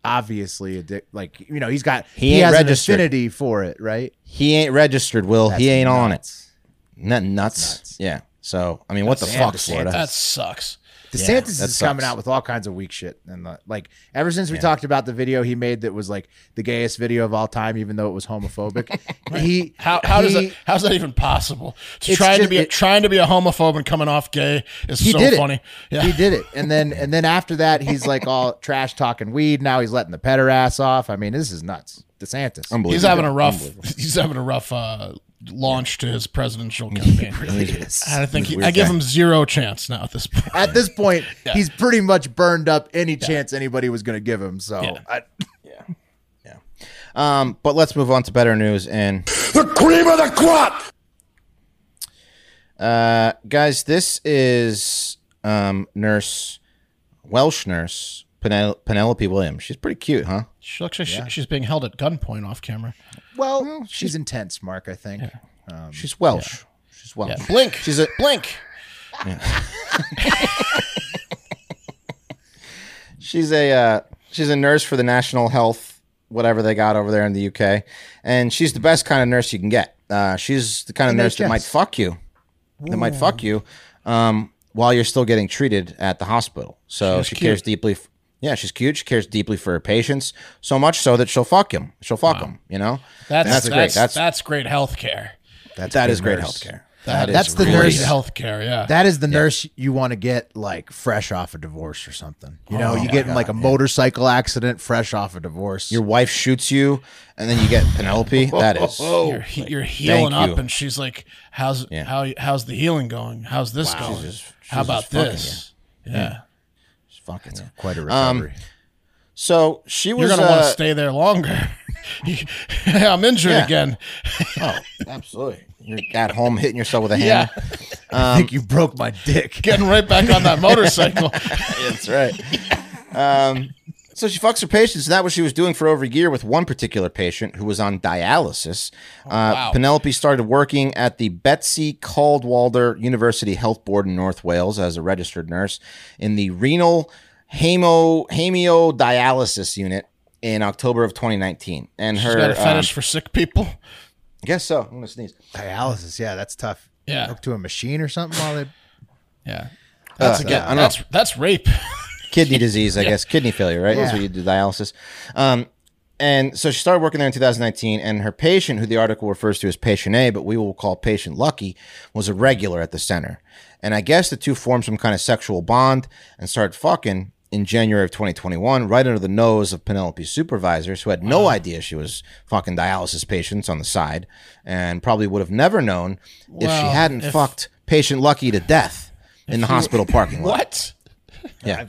obviously addic- like you know he's got he, ain't has registered. an affinity for it, right? he ain't registered, Will. he ain't on it. Nuts. Isn't that nuts? Yeah. So I mean, what the fuck, Florida? That sucks. DeSantis that is coming sucks. out with all kinds of weak shit, and the, like ever since we talked about the video he made that was like the gayest video of all time, even though it was homophobic. He How, how does he- that how's that even possible? To It's trying just- to be a, it- trying to be a homophobe and coming off gay is he so did funny. it. Yeah. He did it, and then and then after that, he's like all trash talking weed. Now he's letting the petter ass off. I mean, this is nuts. DeSantis. Unbelievable. he's having a rough he's having a rough uh, launch to his presidential campaign. I think he, weird I give guy. him zero chance now at this point. At this point, he's pretty much burned up any chance anybody was going to give him. So Yeah. I, Um, but let's move on to better news. And The cream of the crop! uh, guys, this is um, nurse Welsh nurse Penel- Penelope Williams. She's pretty cute, huh? She looks like she, she's being held at gunpoint off camera. Oh. well, she's intense, Mark. I think. She's Welsh. She's Welsh. Yeah. Blink. She's a Blink. She's a uh, she's a nurse for the National Health whatever they got over there in the UK, and she's the best kind of nurse you can get. Uh, she's the kind of nurse that NHS. might fuck you, that might fuck you, um, while you're still getting treated at the hospital. So she cares deeply. F- yeah, she's cute. She cares deeply for her patients so much so that she'll fuck him. She'll fuck him. You know, That's And that's great. That's, that's, great health care. That's that is great nurse. healthcare. That That's is the great. Great nurse. health care, yeah. That is the nurse you want to get like fresh off a divorce or something. You Oh know, you get in like a motorcycle accident fresh off a divorce. Your wife shoots you, and then you get Penelope. that is. you're, he- you're healing Oh, thank up, you. and she's like, "How's how how's the healing going? How's this going? how about fucking, this? yeah. Um, Fucking quite a recovery. So she was. You're gonna want uh, to stay there longer. I'm injured Yeah. again. Oh, absolutely. You're at home hitting yourself with a Yeah. hammer. Um, I think you broke my dick. Getting right back on that motorcycle. That's right. Um, so she fucks her patients, and that was she was doing for over a year with one particular patient who was on dialysis. Uh, Penelope started working at the Betsy Caldwalder University Health Board in North Wales as a registered nurse in the renal hemo hemodialysis unit in October of 2019. And her, She's got a um, fetish for sick people. I guess so. I'm gonna sneeze. Dialysis, yeah, that's tough. Yeah. Hooked to a machine or something while they Yeah. That's Uh, again. I don't know. that's that's rape. kidney disease, I guess, kidney failure, right? That's what you do dialysis. Um, and so she started working there in 2019, and her patient, who the article refers to as patient A, but we will call patient Lucky, was a regular at the center. And I guess the two formed some kind of sexual bond and started fucking in January of 2021, right under the nose of Penelope's supervisors, who had no idea she was fucking dialysis patients on the side, and probably would have never known if she Well, hadn't if- fucked patient Lucky to death in the hospital parking lot. what?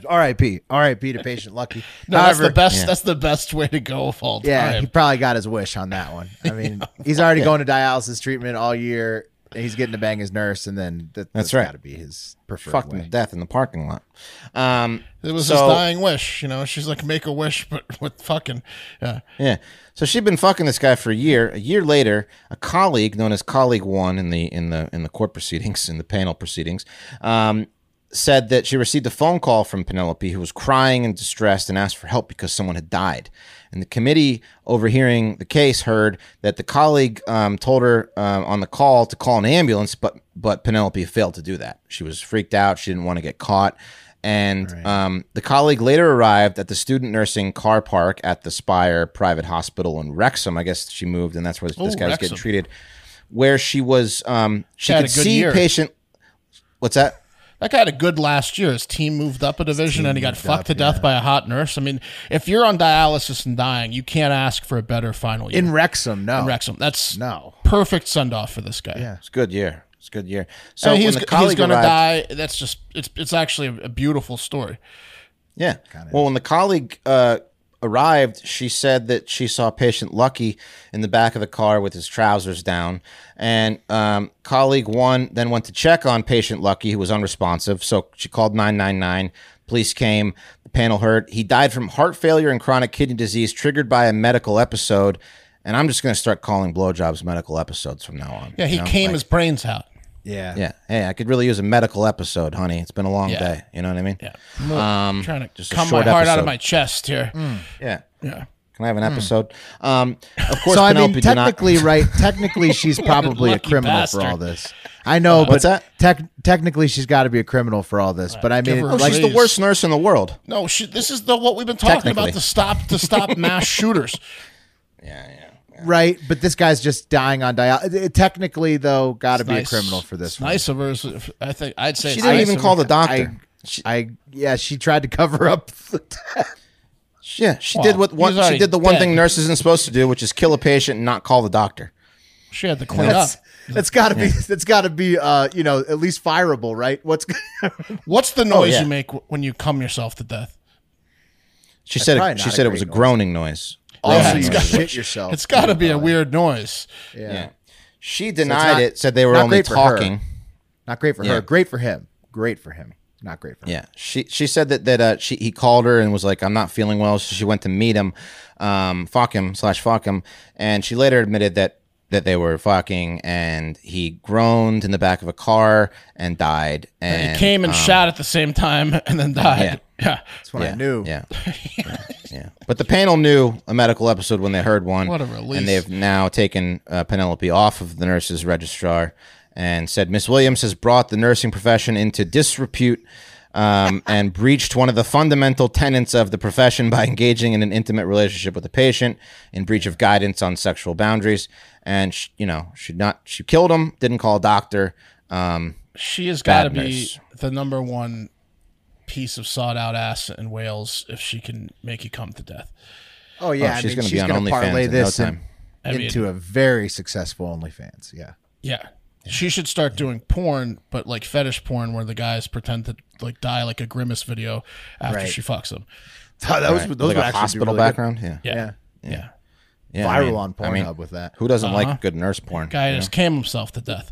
R.I.P. R.I.P. to patient Lucky. No, that's However- the best. yeah. That's the best way to go of all time. Yeah, he probably got his wish on that one. I mean, he's already going to dialysis treatment all year. and He's getting to bang his nurse, and then that, That's right. Got to be his preferred fucked him way. to death in the parking lot. Um, It was so, his dying wish, you know. She's like, make a wish, but with fucking, yeah. Yeah. So she'd been fucking this guy for a year. A year later, a colleague known as colleague one in the in the in the court proceedings in the panel proceedings, um, said that she received a phone call from Penelope who was crying and distressed and asked for help because someone had died. And the committee overhearing the case heard that the colleague um, told her um, on the call to call an ambulance, but but Penelope failed to do that. She was freaked out. She didn't want to get caught. And um, the colleague later arrived at the student nursing car park at the Spire Private Hospital in Wrexham. I guess she moved, and that's where this Ooh, guy was getting Wrexham. treated. Where she was, um, she Had a could good see year. patient. What's that? That guy had a good last year. His team moved up a division, and he got fucked to death by a hot nurse. I mean, if you're on dialysis and dying, you can't ask for a better final year. in Wrexham. No, Wrexham, that's No. perfect send off for this guy. Yeah. It's a good year. It's a good year. So So when he's, the he's colleague going to arrived- die. That's just it's it's actually a, a beautiful story. Yeah. Well, when the colleague uh, arrived, she said that she saw patient Lucky in the back of the car with his trousers down. And um, colleague one then went to check on patient Lucky, who was unresponsive. So she called 999. Police came. The panel heard he died from heart failure and chronic kidney disease triggered by a medical episode. And I'm just going to start calling blowjobs medical episodes from now on. Yeah, he you know? came Like- his brains out. Yeah. Yeah. Hey, I could really use a medical episode, honey. It's been a long Yeah. day. You know what I mean? Yeah, um, trying to just a come my short heart out episode. Hmm. of my chest here. Yeah. Yeah, Can I Hmm. have an episode? Um, of course, So I Penelope mean, did not- technically, right? Technically, she's probably a Lucky criminal bastard. for all this. I know, but What's that? Tec- technically, she's got to be a criminal for all this. But I mean, give her it- a like, she's the worst nurse in the world. no, she, this is the what we've been talking Technically. about to stop to stop mass shooters. right? But this guy's just dying on dialysis. Technically, though, got to be Nice. a criminal for this. It's one. Nice of her. so if- I think I'd say She it's didn't nice even of call her. the doctor. I, I, yeah, she tried to cover up. The yeah, she did what he's one. She already did the one dead. thing nurse isn't supposed to do, which is kill a patient and not call the doctor. She had to clean up. that's, that's got to be that's got to be uh you know at least fireable right what's What's the noise Oh, yeah. you make w- when you cum yourself to death? She said. probably It, not she a said great it Oh, was a noise. groaning noise. also it's you gotta- shit Oh, yourself It's got to be a weird noise. yeah. Yeah. She denied not- it. Said they were not only great for her. talking. not great for Yeah. her great for him great for him not great for her. Yeah, she she said that that uh, she he called her and was like, "I'm not feeling well," so she went to meet him, um, fuck him slash fuck him, and she later admitted that that they were fucking, and he groaned in the back of a car and died. And, um, He came and shot at the same time and then died. Yeah. that's what Yeah, I knew Yeah, yeah, yeah. But the panel knew a medical episode when they heard one. What a release. And they've now taken uh, Penelope off of the nurses' registrar and said Miss Williams has brought the nursing profession into disrepute. Um, and breached one of the fundamental tenets of the profession by engaging in an intimate relationship with the patient in breach of guidance on sexual boundaries. And she, you know, she not she killed him, didn't call a doctor. Um, She has got to Bad be nurse. the number one piece of sawed out ass in Wales if she can make you cum to death. oh yeah oh, I she's mean, going to be she's on gonna parlay OnlyFans in no this time. I in- mean- into a very successful OnlyFans yeah Yeah. She should start doing porn, but like fetish porn where the guys pretend to like die like a grimace video after Right. she fucks them. That was, those like would a actually be hospital really good. background. Yeah. Yeah. Yeah. Yeah, I Viral mean- on Pornhub I mean, with that. Who doesn't like good nurse porn? Uh-huh. Guy just cam himself to death.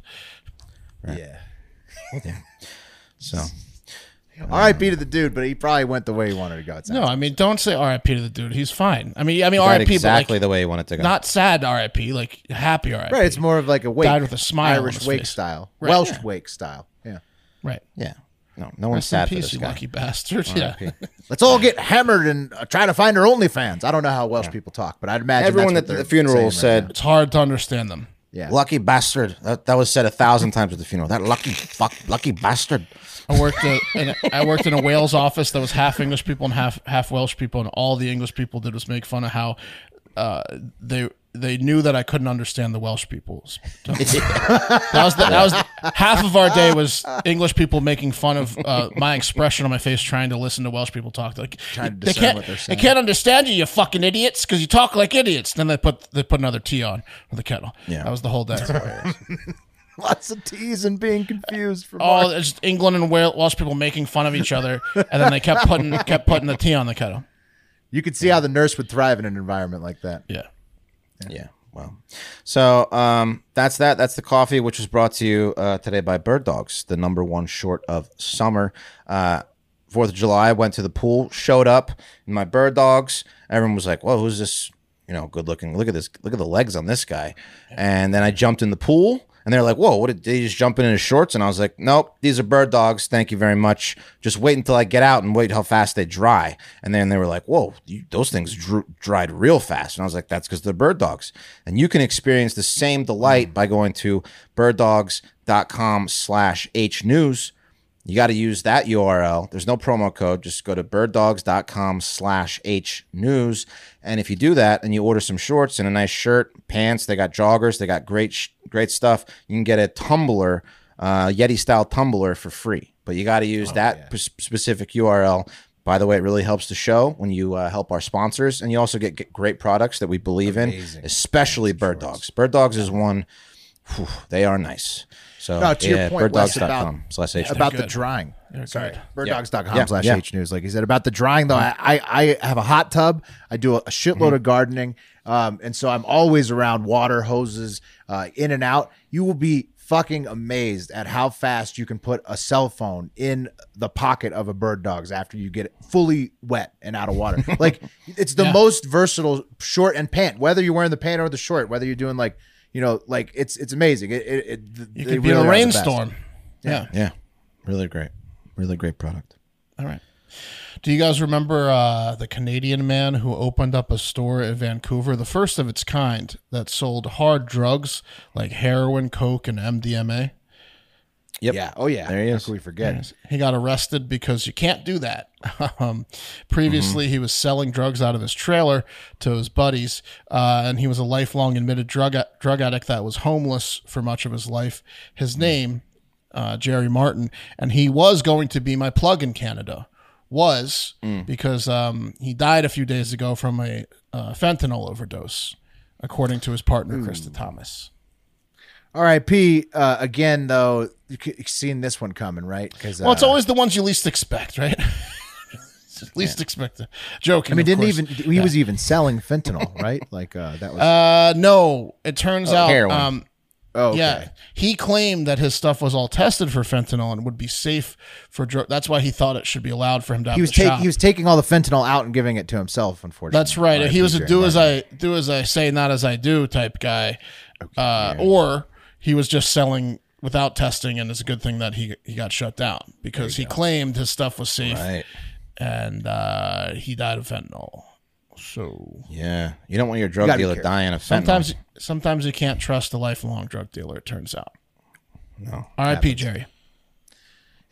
Yeah. So All right, beat to the dude, but he probably went the way he wanted to go. It No, sounds. I mean, don't say R.I.P. to the dude. He's fine. I mean, I mean Got R.I.P. exactly but the way you want it to go. like, not sad R.I.P. Like happy R.I.P. right. It's more of like a wake, Died with a smile on Irish his wake face. style, Right, Welsh yeah. wake style. Yeah. right. yeah. No, no one's Rest in sad for peace, this you guy. lucky bastard. Yeah. Let's all get hammered and uh, try to find our OnlyFans. I don't know how Welsh people talk, but I'd imagine Everyone that's what at the they're funeral saying right said, It's hard to understand them. now. "Yeah, "Lucky bastard." That, that was said a thousand times at the funeral. That lucky fuck, lucky bastard. I worked at, in, I worked in a Wales office that was half English people and half half Welsh people, and all the English people did was make fun of how uh, they they knew that I couldn't understand the Welsh people. So- That was the, that was half of our day was English people making fun of uh, my expression on my face, trying to listen to Welsh people talk. Like Trying to they discern can't, what they're they saying. can't understand you, you fucking idiots, because you talk like idiots. Then they put they put another tea on with the kettle. Yeah. that was the whole day. lots of teas and being confused for all it's just England and Wel- Welsh people making fun of each other, and then they kept putting kept putting the tea on the kettle. You could see how the nurse would thrive in an environment like that. Yeah. Yeah. Well, so um, that's that. That's the coffee, which was brought to you uh, today by Bird Dogs, the number one short of summer. Uh, Fourth of July, I went to the pool, showed up in my Bird Dogs. Everyone was like, "Whoa, who's this? You know, good looking. Look at this. Look at the legs on this guy." And then I jumped in the pool, and they're like, "Whoa, what did, did he just jump in his shorts?" And I was like, "Nope, these are Bird Dogs. Thank you very much. Just wait until I get out and wait how fast they dry." And then they were like, "Whoa, you, those things drew, dried real fast." And I was like, "That's because they're Bird Dogs." And you can experience the same delight by going to birddogs.com/hnews. You got to use that URL. There's no promo code. Just go to birddogs.com slash H news. And if you do that and you order some shorts and a nice shirt, pants, they got joggers, they got great, sh- great stuff. You can get a tumbler, uh, Yeti style tumbler for free. But you got to use that p- specific URL. By the way, it really helps the show when you uh, help our sponsors. And you also get, g great products that we believe in, especially Bird Dogs. Bird Dogs is one, whew, they are nice. So, No, to your yeah, point, Wes, about- birddogs.com slash H news. about the good. drying. Sorry, birddogs.com Yeah, slash yeah. H news. Like he said about the drying, though, Mm-hmm. I, I, I have a hot tub. I do a shitload of gardening. Um, and so I'm always around water hoses, uh, in and out. You will be fucking amazed at how fast you can put a cell phone in the pocket of a bird dog's after you get it fully wet and out of water. like it's the most versatile short and pant, whether you're wearing the pant or the short, whether you're doing like, you know, like it's, it's amazing. It, it, it You could be in a rainstorm. Yeah. Yeah. Really great. Really great product. All right. Do you guys remember uh, the Canadian man who opened up a store in Vancouver, the first of its kind, that sold hard drugs like heroin, coke, and MDMA? Yep. Yeah. Oh yeah. There he How is. could We forget. He got arrested because you can't do that. um, previously, he was selling drugs out of his trailer to his buddies, uh, and he was a lifelong admitted drug drug addict that was homeless for much of his life. His Hmm. name, uh, Jerry Martin, and he was going to be my plug in Canada. Was Hmm. because um, he died a few days ago from a uh, fentanyl overdose, according to his partner, Hmm. Krista Thomas. R.I.P. Uh, again, though, you c- you've seen this one coming, right? uh, Because Well, it's always the ones you least expect, right? least expect. it. Joking. I mean, of didn't course. even he was even selling fentanyl, right? Like uh, that was. Uh, no. It turns out. heroin. Um, oh, okay. Yeah, he claimed that his stuff was all tested for fentanyl and would be safe for drug. That's why he thought it should be allowed for him to. He was taking he was taking all the fentanyl out and giving it to himself. Unfortunately, That's right. R.I.P. He was a Jerry do as Martin. I do as I say, not as I do type guy, uh, or he was just selling without testing, and it's a good thing that he he got shut down because he claimed his stuff was safe Right. and uh, he died of fentanyl. So Yeah. You don't want your drug gotta be dealer careful. dying of fentanyl. sometimes sometimes you can't trust a lifelong drug dealer. It turns out. No. R.I.P. Jerry.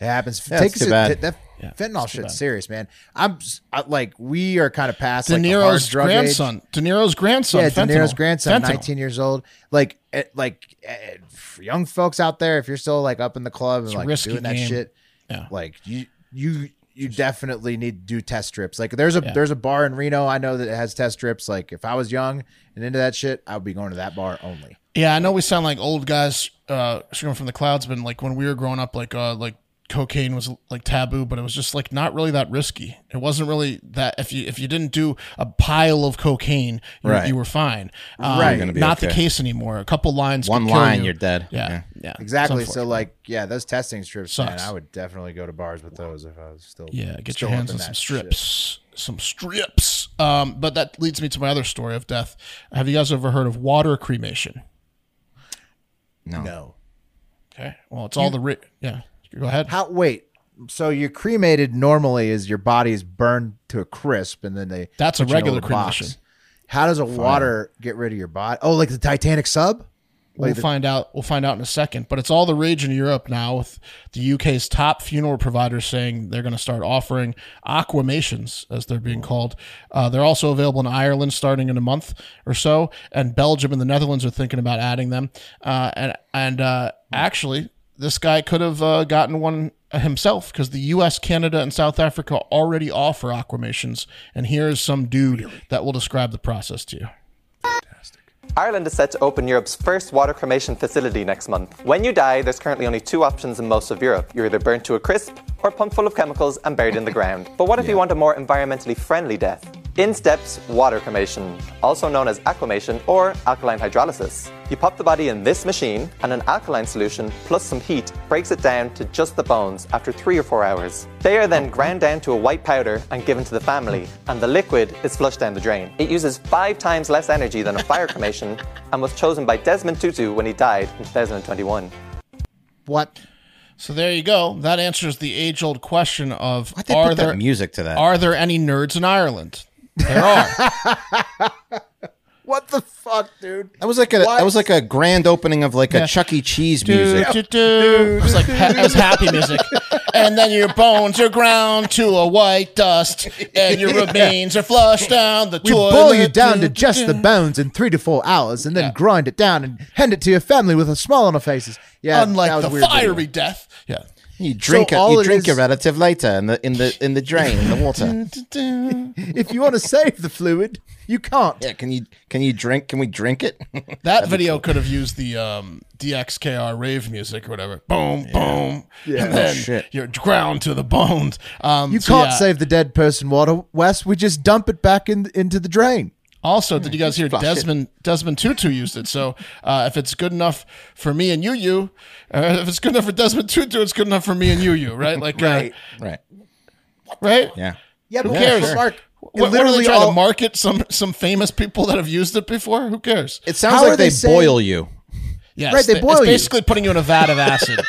It happens. Yeah, Take it's too a- bad. That fentanyl shit's serious, man. I'm s- I- like we are kind of past De like, the hard Niro's drug age. grandson. De Niro's grandson. Yeah, fentanyl. De Niro's grandson, Fentanyl. 19 years old. Like, eh, like eh, f- young folks out there, if you're still like up in the club and a like risky doing that game. shit, Yeah. like you, you, you definitely need to do test strips. Like, there's a there's a bar in Reno I know that has test strips. Like, if I was young and into that shit, I would be going to that bar only. Yeah, I know we sound like old guys uh, screaming from the clouds, but like when we were growing up, like uh, like cocaine was like taboo, but it was just like not really that risky. It wasn't really that if you if you didn't do a pile of cocaine, you, Right. you were fine. Um, Right. You're gonna be Not the okay. case anymore. A couple lines. One could kill line, you. you're dead. Yeah. Yeah. Yeah. Exactly. It's So like, yeah, those testing strips, man, Sucks. I would definitely go to bars with those if I was still. Yeah, get still your up hands in on that some shit. strips. Some strips. Um, but that leads me to my other story of death. Have you guys ever heard of water cremation? No. Okay. Well, it's all the ri- yeah. Go ahead. How? Wait. So you're cremated normally is your body is burned to a crisp and then they. That's a put you in regular little box. cremation. How does a water get rid of your body? Oh, like the Titanic sub. we'll find out. We'll find out in a second. But it's all the rage in Europe now, with the UK's top funeral providers saying they're going to start offering aquamations, as they're being called. Uh, they're also available in Ireland starting in a month or so, and Belgium and the Netherlands are thinking about adding them. Uh, and and uh, actually, this guy could have uh, gotten one himself because the U.S., Canada, and South Africa already offer aquamations. And here is some dude that will describe the process to you. Ireland is set to open Europe's first water cremation facility next month. When you die, there's currently only two options in most of Europe. You're either burnt to a crisp or pumped full of chemicals and buried in the ground. But what if you want a more environmentally friendly death? In steps water cremation, also known as aquamation or alkaline hydrolysis. You pop the body in this machine, and an alkaline solution plus some heat breaks it down to just the bones after three or four hours. They are then ground down to a white powder and given to the family, and the liquid is flushed down the drain. It uses five times less energy than a fire cremation and was chosen by Desmond Tutu when he died in 2021. What? So there you go. That answers the age-old question of Why'd they are put there that music to that? are there any nerds in Ireland? There are. What the fuck, dude? that was like a What? that was like a grand opening of like a Chuck E. Cheese do, music. do, do. It's like ha- it was happy music. And then your bones are ground to a white dust, and your remains are flushed down the We toilet. boil you down to just the bones in three to four hours, and then Yeah. grind it down and hand it to your family with a smile on their faces. Yeah, that Unlike was the a weird video. fiery death. Yeah. You drink So a, all you it drink is- your relative later in the in the in the drain in the water. If you want to save the fluid, you can't. yeah, can you can you drink? Can we drink it? That video could have used the um, DXKR rave music or whatever. Boom, boom. Yeah. And then shit. you're ground to the bones. Um, Oh, You so can't yeah. save the dead person water, Wes. We just dump it back in, into the drain. Also, did you guys hear it. Desmond Desmond Tutu used it? So uh, if it's good enough for me and you, you, uh, if it's good enough for Desmond Tutu, it's good enough for me and you, you, right? Like, right, right. uh, right? Yeah. Yeah, Who cares? Mark, What, what are they literally trying all, to market some some famous people that have used it before? Who cares? It sounds How are like they they, saying- boil you. Yes, Right, they it's boil you. basically putting you in a vat of acid.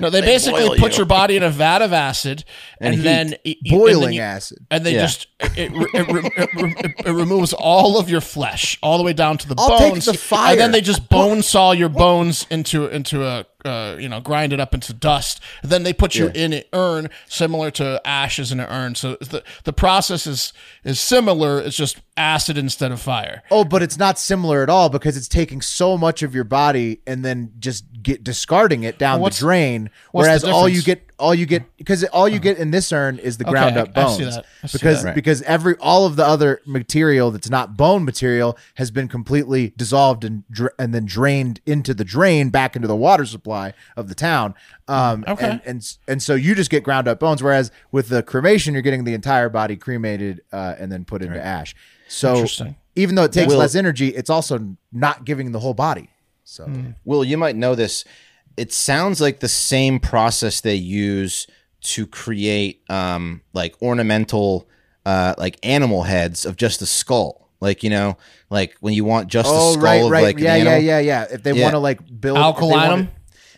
no, they, basically boil put you. your body in a vat of acid and, heat. then y- y- and then Boiling you- acid. and they Yeah. just it, re- it, re- it, re- it, it removes all of your flesh all the way down to the I'll take bones. the fire. and then they just bone saw your bones into into a uh, you know grind it up into dust. Then they put you in an urn similar to ashes in an urn. So the the process is is similar. It's just acid instead of fire. Oh, but it's not similar at all because it's taking so much of your body and then just get discarding it down the what's- drain. what's the Whereas all you difference? get, all you get, because all you get in this urn is the ground I- up I bones. see that. I see because that. Right. because every all of the other material that's not bone material has been completely dissolved and dr- and then drained into the drain back into the water supply of the town. Um, Mm, Okay. And, and s- and so you just get ground up bones. Whereas with the cremation, you're getting the entire body cremated uh, and then put into ash. So Interesting. Oh, even though it takes Will- less energy, it's also not giving the whole body. So Hmm. Will, you might know this. It sounds like the same process they use to create um, like ornamental uh, like animal heads of just the skull. Like you know, like when you want just the oh skull right, of right, like an yeah, yeah, animal. yeah, yeah. If they Yeah. want to like build if they Alkaline wanna- 'em?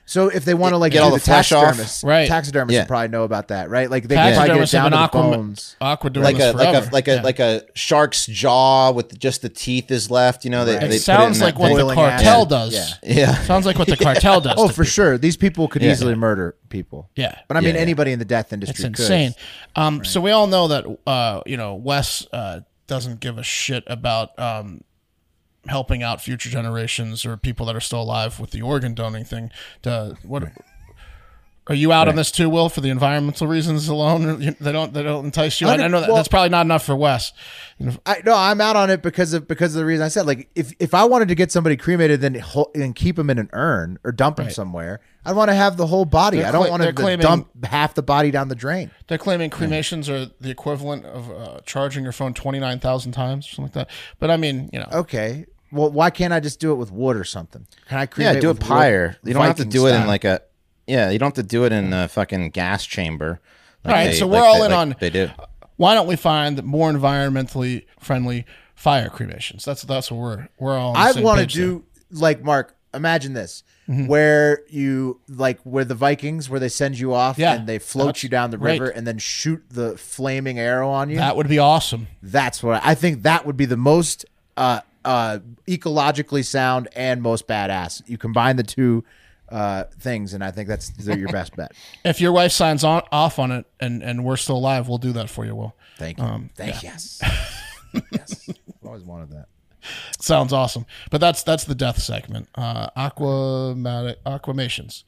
So if they want to like Get do all the, the flesh off. taxidermists, Right. Taxidermists Yeah. would probably know about that, right? Like they can probably get Taxidermists it down have to been the aqua, bones. aqua doing Like this a, like forever. a like a Yeah. like a shark's jaw with just the teeth is left. You know, they, they It put sounds in like that what thing. the boiling acid. cartel Yeah. does. Yeah. Yeah. Sounds like what the cartel does. Oh, to for people. sure, these people could easily murder people. Yeah. but I mean Yeah. anybody in the death industry. It's could. insane. Um, So we all know that uh, you know Wes uh, doesn't give a shit about um, helping out future generations or people that are still alive with the organ donating thing. To, what Are you out on this too, Will, for the environmental reasons alone? You- They don't they don't entice you. I, I know that well- that's probably not enough for Wes. I no, I'm out on it because of because of the reason I said. Like, if if I wanted to get somebody cremated, then hol- and keep them in an urn or dump them somewhere, I want to have the whole body. They're I don't cla- want they're to claiming- dump half the body down the drain. They're claiming cremations are the equivalent of uh, charging your phone twenty nine thousand times, or something like that. But I mean, you know, Oh. Okay, well, why can't I just do it with wood or something? Can I cremate? Yeah, do a with wood, pyre. You don't have to Viking do it in style? like a. Yeah, you don't have to do it in a fucking gas chamber. Like All right, they- so we're like all they- in like on- They do. why don't we find more environmentally friendly fire cremations? That's that's what we're we're all. On the I same want to page there. do like Mark. Imagine this, Mm-hmm. where you like where the Vikings, where they send you off Yeah, and they float that's you down the great. river and then shoot the flaming arrow on you. that would be awesome. That's what I think. That would be the most uh, uh, ecologically sound and most badass. You combine the two uh, things, and I think that's they're your best bet. If your wife signs on off on it and and we're still alive, we'll do that for you. Will Thank you. Um, Thank yes. yes. I've always wanted that. sounds awesome. But that's that's the death segment. Uh, aquamatic aquamations.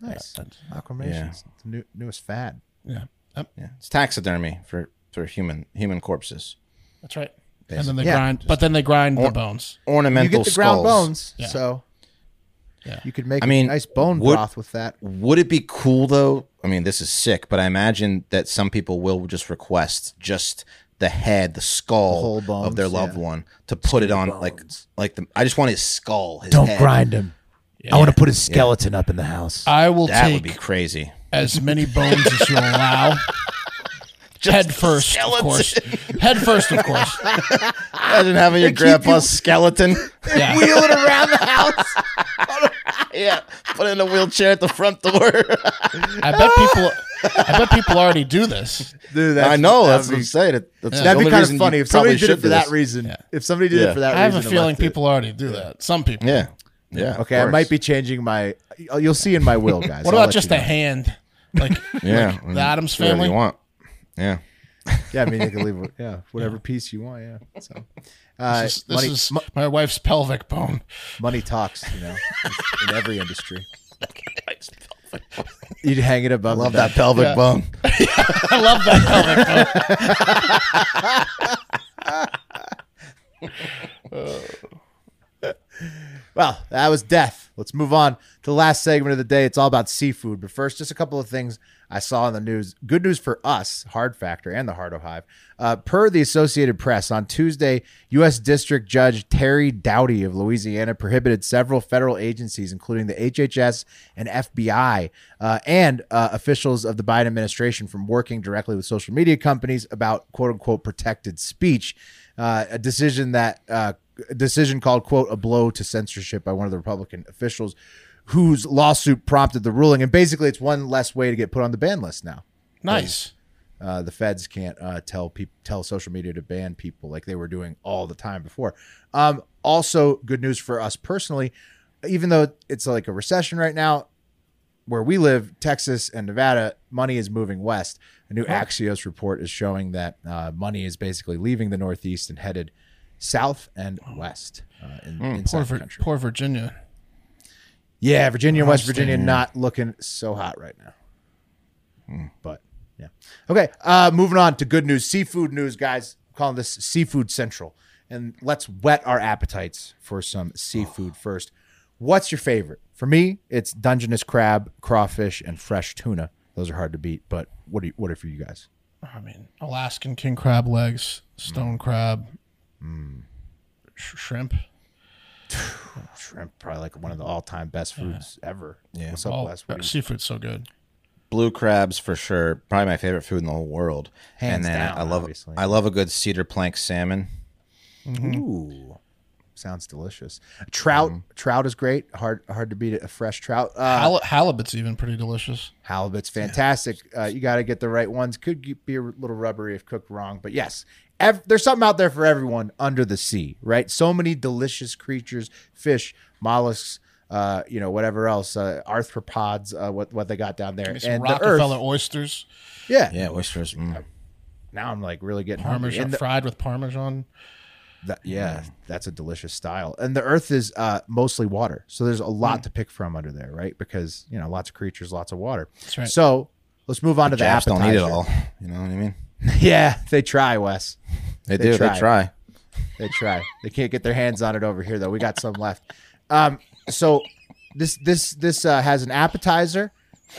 Nice. Aquamations. Yeah. It's the new, newest fad. Yeah, Yep, Yeah, it's taxidermy for for human human corpses, that's right. And then they Yeah. grind, but then they grind the bones. ornamental You get the skulls. ground bones, Yeah. so Yeah. you could make I mean, a nice bone would- broth with that. Would it be cool though? I mean, this is sick, but I imagine that some people will just request just the head, the skull The whole of their bones, loved yeah. one to put it on like like the. I just want his skull. His head. him. I want to put a skeleton up in the house. I will That would take be crazy. as many bones as you allow. head first, of course. Head first, of course. Imagine having your keep you- grandpa's skeleton. Yeah. Wheel it around the house. yeah, put it in a wheelchair at the front door. I bet people. I bet people already do this. Dude, I that's- know. that'd That's what I'm saying. It- That's the That'd only be kind reason of you funny if probably somebody did should it do for that this. reason. If somebody did it Yeah. for that I have reason, a and feeling left it. people already do that. Some people. Yeah, yeah. of Okay, I course. might be changing my. uh, You'll you'll see in my will, guys. What I'll about let just you a hand? Like Yeah, the Addams do whatever family? You want? Yeah. know. Yeah, I mean you can leave. what- Yeah, whatever piece you want. Yeah. So, uh, this money, is mo- my wife's pelvic bone. money talks. You know, in every industry. You'd hang it above. Love that pelvic bone. I love that pelvic bone. Well, that was death. Let's move on to the last segment of the day. It's all about seafood. But first, just a couple of things I saw in the news. Good news for us, Hard Factor and the Hard Hive. Uh, per the Associated Press, on Tuesday, U.S. District Judge Terry Dowdy of Louisiana prohibited several federal agencies, including the HHS and FBI, uh, and uh, officials of the Biden administration, from working directly with social media companies about quote unquote protected speech. Uh, a decision that uh, a decision called quote a blow to censorship by one of the republican officials whose lawsuit prompted the ruling and basically it's one less way to get put on the ban list now Nice. uh, the feds can't uh, tell people tell social media to ban people like they were doing all the time before. Um, also, good news for us personally, even though it's like a recession right now, where we live, Texas and Nevada, money is moving west. A new Axios report is showing that uh, money is basically leaving the Northeast and headed south and west uh, in, Poor, inside the Vir- country. poor Virginia. Yeah, Virginia and West Virginia not looking so hot right now. But yeah. Okay. Uh moving on to good news, seafood news, guys. I'm calling this seafood central. And let's whet our appetites for some seafood first. What's your favorite? For me, it's Dungeness crab, crawfish, and fresh tuna. Those are hard to beat, but what do you, what are for you guys? I mean, Alaskan king crab legs, stone Mm. crab, sh- shrimp. Shrimp, probably like one of the all time best foods ever. Yeah. What's up, Oh, Wes? What do you- seafood's so good. Blue crabs for sure. Probably my favorite food in the whole world. Hands and then down, I love obviously. I love a good cedar plank salmon. Ooh, sounds delicious. Trout, trout is great. Hard, hard to beat a fresh trout. Uh, Hal- halibut's even pretty delicious. halibut's fantastic. Uh, you got to get the right ones. Could ge- be a little rubbery if cooked wrong, but yes, ev- there's something out there for everyone under the sea, right? So many delicious creatures, fish, mollusks. Uh, you know, whatever else, uh, arthropods, uh, what what they got down there, Some and the Rockefeller earth, oysters, yeah. Yeah, oysters. Mm. Now I'm like really getting hungry. parmesan And the- fried with parmesan. That, yeah, that's a delicious style. And the earth is uh, mostly water. So there's a Hmm. lot to pick from under there, right? Because, you know, lots of creatures, lots of water. That's right. So let's move on to the Japs appetizer. don't eat it all. You know what I mean? yeah, they try, Wes. They, They do. try. They try. They try. they can't get their hands on it over here though. We got some left. Um, so this this this uh, has an appetizer,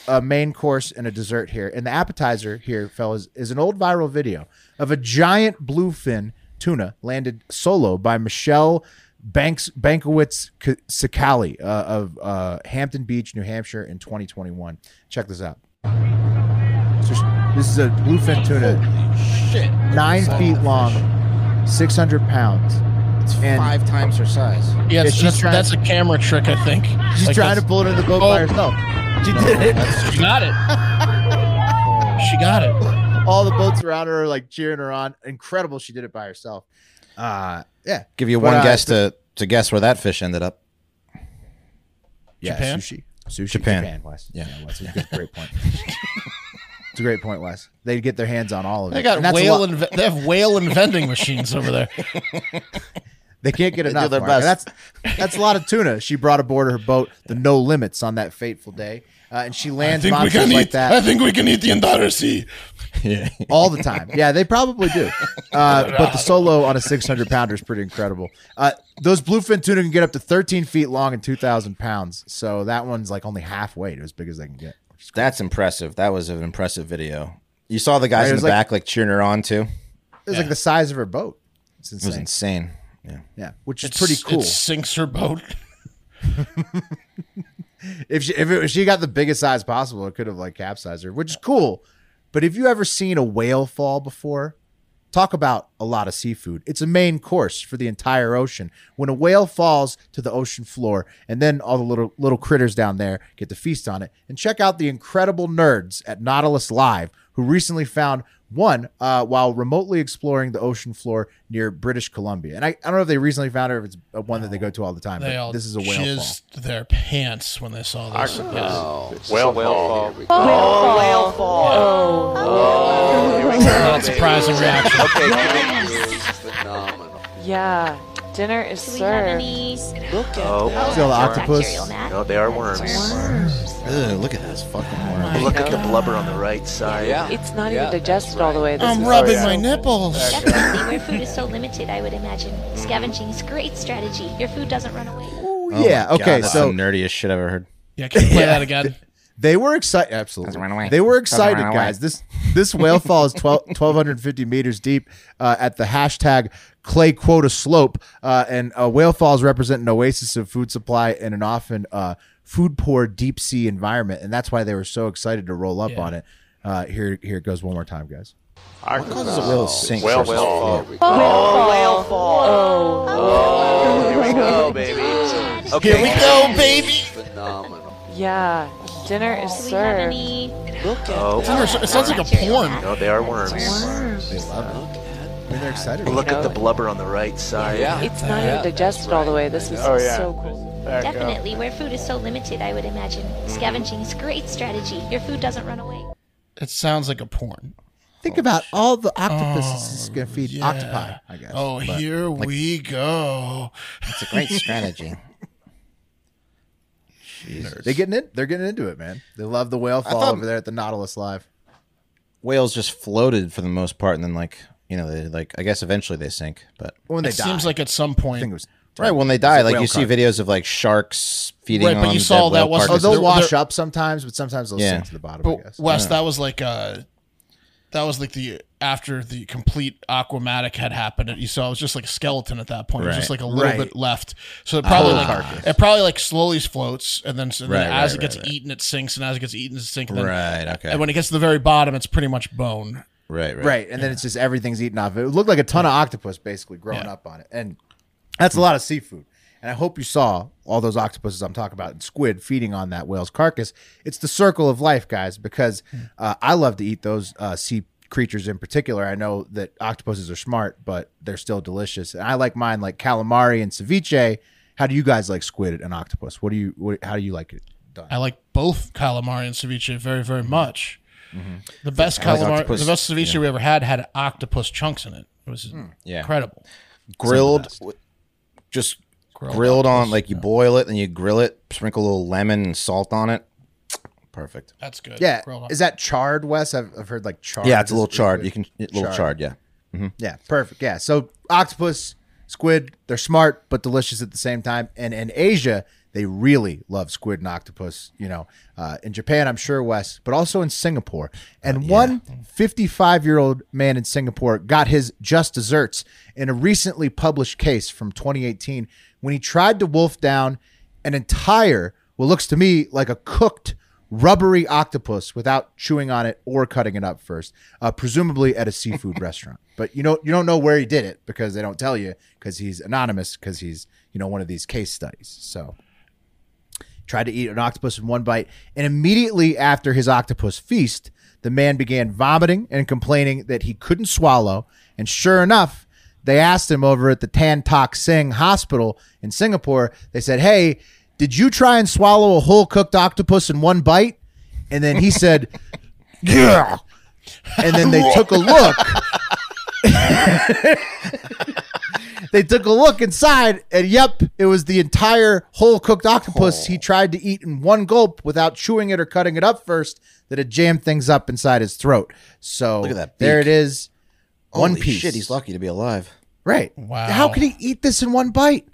a main course, and a dessert here. And the appetizer here, fellas, is an old viral video of a giant bluefin tuna landed solo by Michelle Banks Bankowitz K- Sakali uh, of uh, Hampton Beach, New Hampshire, in 2021. Check this out. So sh- this is a bluefin tuna Shit. nine feet long, six hundred pounds. It's Five times her size. Yeah, she's that's, trying- that's a camera trick, I think. She's Like, trying to that's- pull it in the boat by Oh. herself. She did it. She got it. she got it. All the boats around her are like cheering her on. Incredible, she did it by herself. Uh yeah. Give you But, one uh, guess to, to guess where that fish ended up. Yeah, Japan? sushi. Sushi Japan. Wes. Yeah. Wes. It's a good- great point. It's a great point, Wes. They get their hands on all of it. They got And that's a whale lot- and they have whale and vending machines over there. They can't get They do enough. their Mark. And best. That's that's a lot of tuna she brought aboard her boat, the No Limits, on that fateful day, uh, and she lands monsters like eat. that. I think we can eat the entire sea. Yeah. all the time. Yeah, they probably do. Uh, but the solo on a 600 pounder is pretty incredible. Uh, those bluefin tuna can get up to 13 feet long and 2,000 pounds. So that one's like only halfway to as big as they can get. That's impressive. That was an impressive video. You saw the guys Right, it in was the like- back like cheering her on too. It's like the size of her boat. It's It was insane. insane. Yeah. Yeah, which is pretty cool. It sinks her boat. If she, if, it, if she got the biggest size possible, it could have like capsized her, which is cool. But have you ever seen a whale fall before? Talk about a lot of seafood. It's a main course for the entire ocean. When a whale falls to the ocean floor, and then all the little little critters down there get to feast on it. And check out the incredible nerds at Nautilus Live, who recently found one uh, while remotely exploring the ocean floor near British Columbia. And I, I don't know if they recently found it or if it's uh, one that they go to all the time. They all But this is a whale fall. jizzed their pants when they saw this. Yes. Well, Oh. Whale fall. Oh. Oh. Not surprising reaction. Yeah, dinner is Do we have served. any? Oh, Still the octopus. Bacterial mat? No, they are worms. Ugh, look at this Oh fucking worm. Look at the blubber on the right side. Yeah. It's not even digested all the way. This I'm is rubbing so my cool. nipples. Definitely, where food is so limited, I would imagine. Scavenging is a great strategy. Your food doesn't run away. Oh yeah. my God, Okay. that's so the nerdiest shit I've ever heard. Yeah, can you play that again? they were excited. Absolutely. Doesn't run away. They were Doesn't run excited, away. guys. This this whale fall is 12, 1,250 meters deep uh, at the hashtag clay quota slope. Uh, and uh, whale falls represent an oasis of food supply in an often uh, food poor deep sea environment. And that's why they were so excited to roll up on it. Uh, here, here it goes one more time, guys. What causes a whale to sink? Well, first? well, Whale fall. here we go, baby. Okay. Here we go, baby. Yeah, dinner is Do Um, we served. have any? It's under- It sounds like a bacterial porn. mat? No, they are worms. They love it. I mean, they're excited. Look at the blubber on the right side. Yeah. Oh, It's not even digested all the way. This is so cool. Definitely, where food is so limited, I would imagine. Scavenging is a great strategy. Your food doesn't run away. It sounds like a porn. Think about all the octopuses Oh, it's going to feed octopi, I guess. Oh, here we go. It's a great strategy. They getting in. They're getting into it, man. They love the whale fall over there at the Nautilus Live. Whales just floated for the most part, and then like you know, they like I guess eventually they sink, but When they It die, seems like at some I think it point. was right when they It was die, a like whale you see carcass. videos of like sharks feeding Right, on but you saw dead that whale wasn't- Oh, Because they'll they're- wash they're- up sometimes, but sometimes they'll Yeah. sink to the bottom. I But guess. Wes, that was like uh that was like the after the complete aquamatic had happened. You saw it was just like a skeleton at that point. It was just Right. like a little Right. Oh, bit left. So it probably like carcass. it probably like slowly floats, and then, and then Right, as right, it gets right, right. eaten, it sinks, and as it gets eaten, it sinks. and Then, Right. Okay. And when it gets to the very bottom, it's pretty much bone. right. Right. right, and then it's just everything's eaten off. It looked like a ton of octopus basically growing up on it, and that's a lot of seafood. And I hope you saw all those octopuses I'm talking about and squid feeding on that whale's carcass. It's the circle of life, guys, because uh, I love to eat those uh, sea creatures in particular. I know that octopuses are smart, but they're still delicious, and I like mine like calamari and ceviche. How do you guys like squid and octopus? What do you? What, how do you like it done? I like both calamari and ceviche very, very much. The best like calamari, Mm-hmm. octopus, the best ceviche we ever had had octopus chunks in it. It was Hmm. Yeah. incredible. grilled, w- just grilled, Grilled on like you boil it and you grill it, sprinkle a little lemon and salt on it. Perfect. That's good. Yeah. Grilled up. Is that charred, Wes? I've, I've heard like charred. Yeah, it's a little is- is charred. good. You can a little charred. yeah. Yeah, perfect. Yeah. So octopus, squid, they're smart but delicious at the same time. And in Asia, they really love squid and octopus, you know, uh, in Japan, I'm sure, Wes, but also in Singapore. Uh, And one 55 year old man in Singapore got his just desserts in a recently published case from 2018 when he tried to wolf down an entire, what looks to me like a cooked rubbery octopus without chewing on it or cutting it up first, uh, presumably at a seafood restaurant. But you know you don't know where he did it because they don't tell you because he's anonymous because he's you know one of these case studies. So tried to eat an octopus in one bite, and immediately after his octopus feast, the man began vomiting and complaining that he couldn't swallow. And sure enough, they asked him over at the Tan Tok Singh Hospital in Singapore. They said, "Hey, did you try and swallow a whole cooked octopus in one bite?" And then he said, "Yeah." And then they took a look. they took a look inside, and yep, it was the entire whole cooked octopus Oh. he tried to eat in one gulp without chewing it or cutting it up first that had jammed things up inside his throat. So Look at that there it beak. is. One Holy piece. Shit, he's lucky to be alive. Right. Wow. How could he eat this in one bite?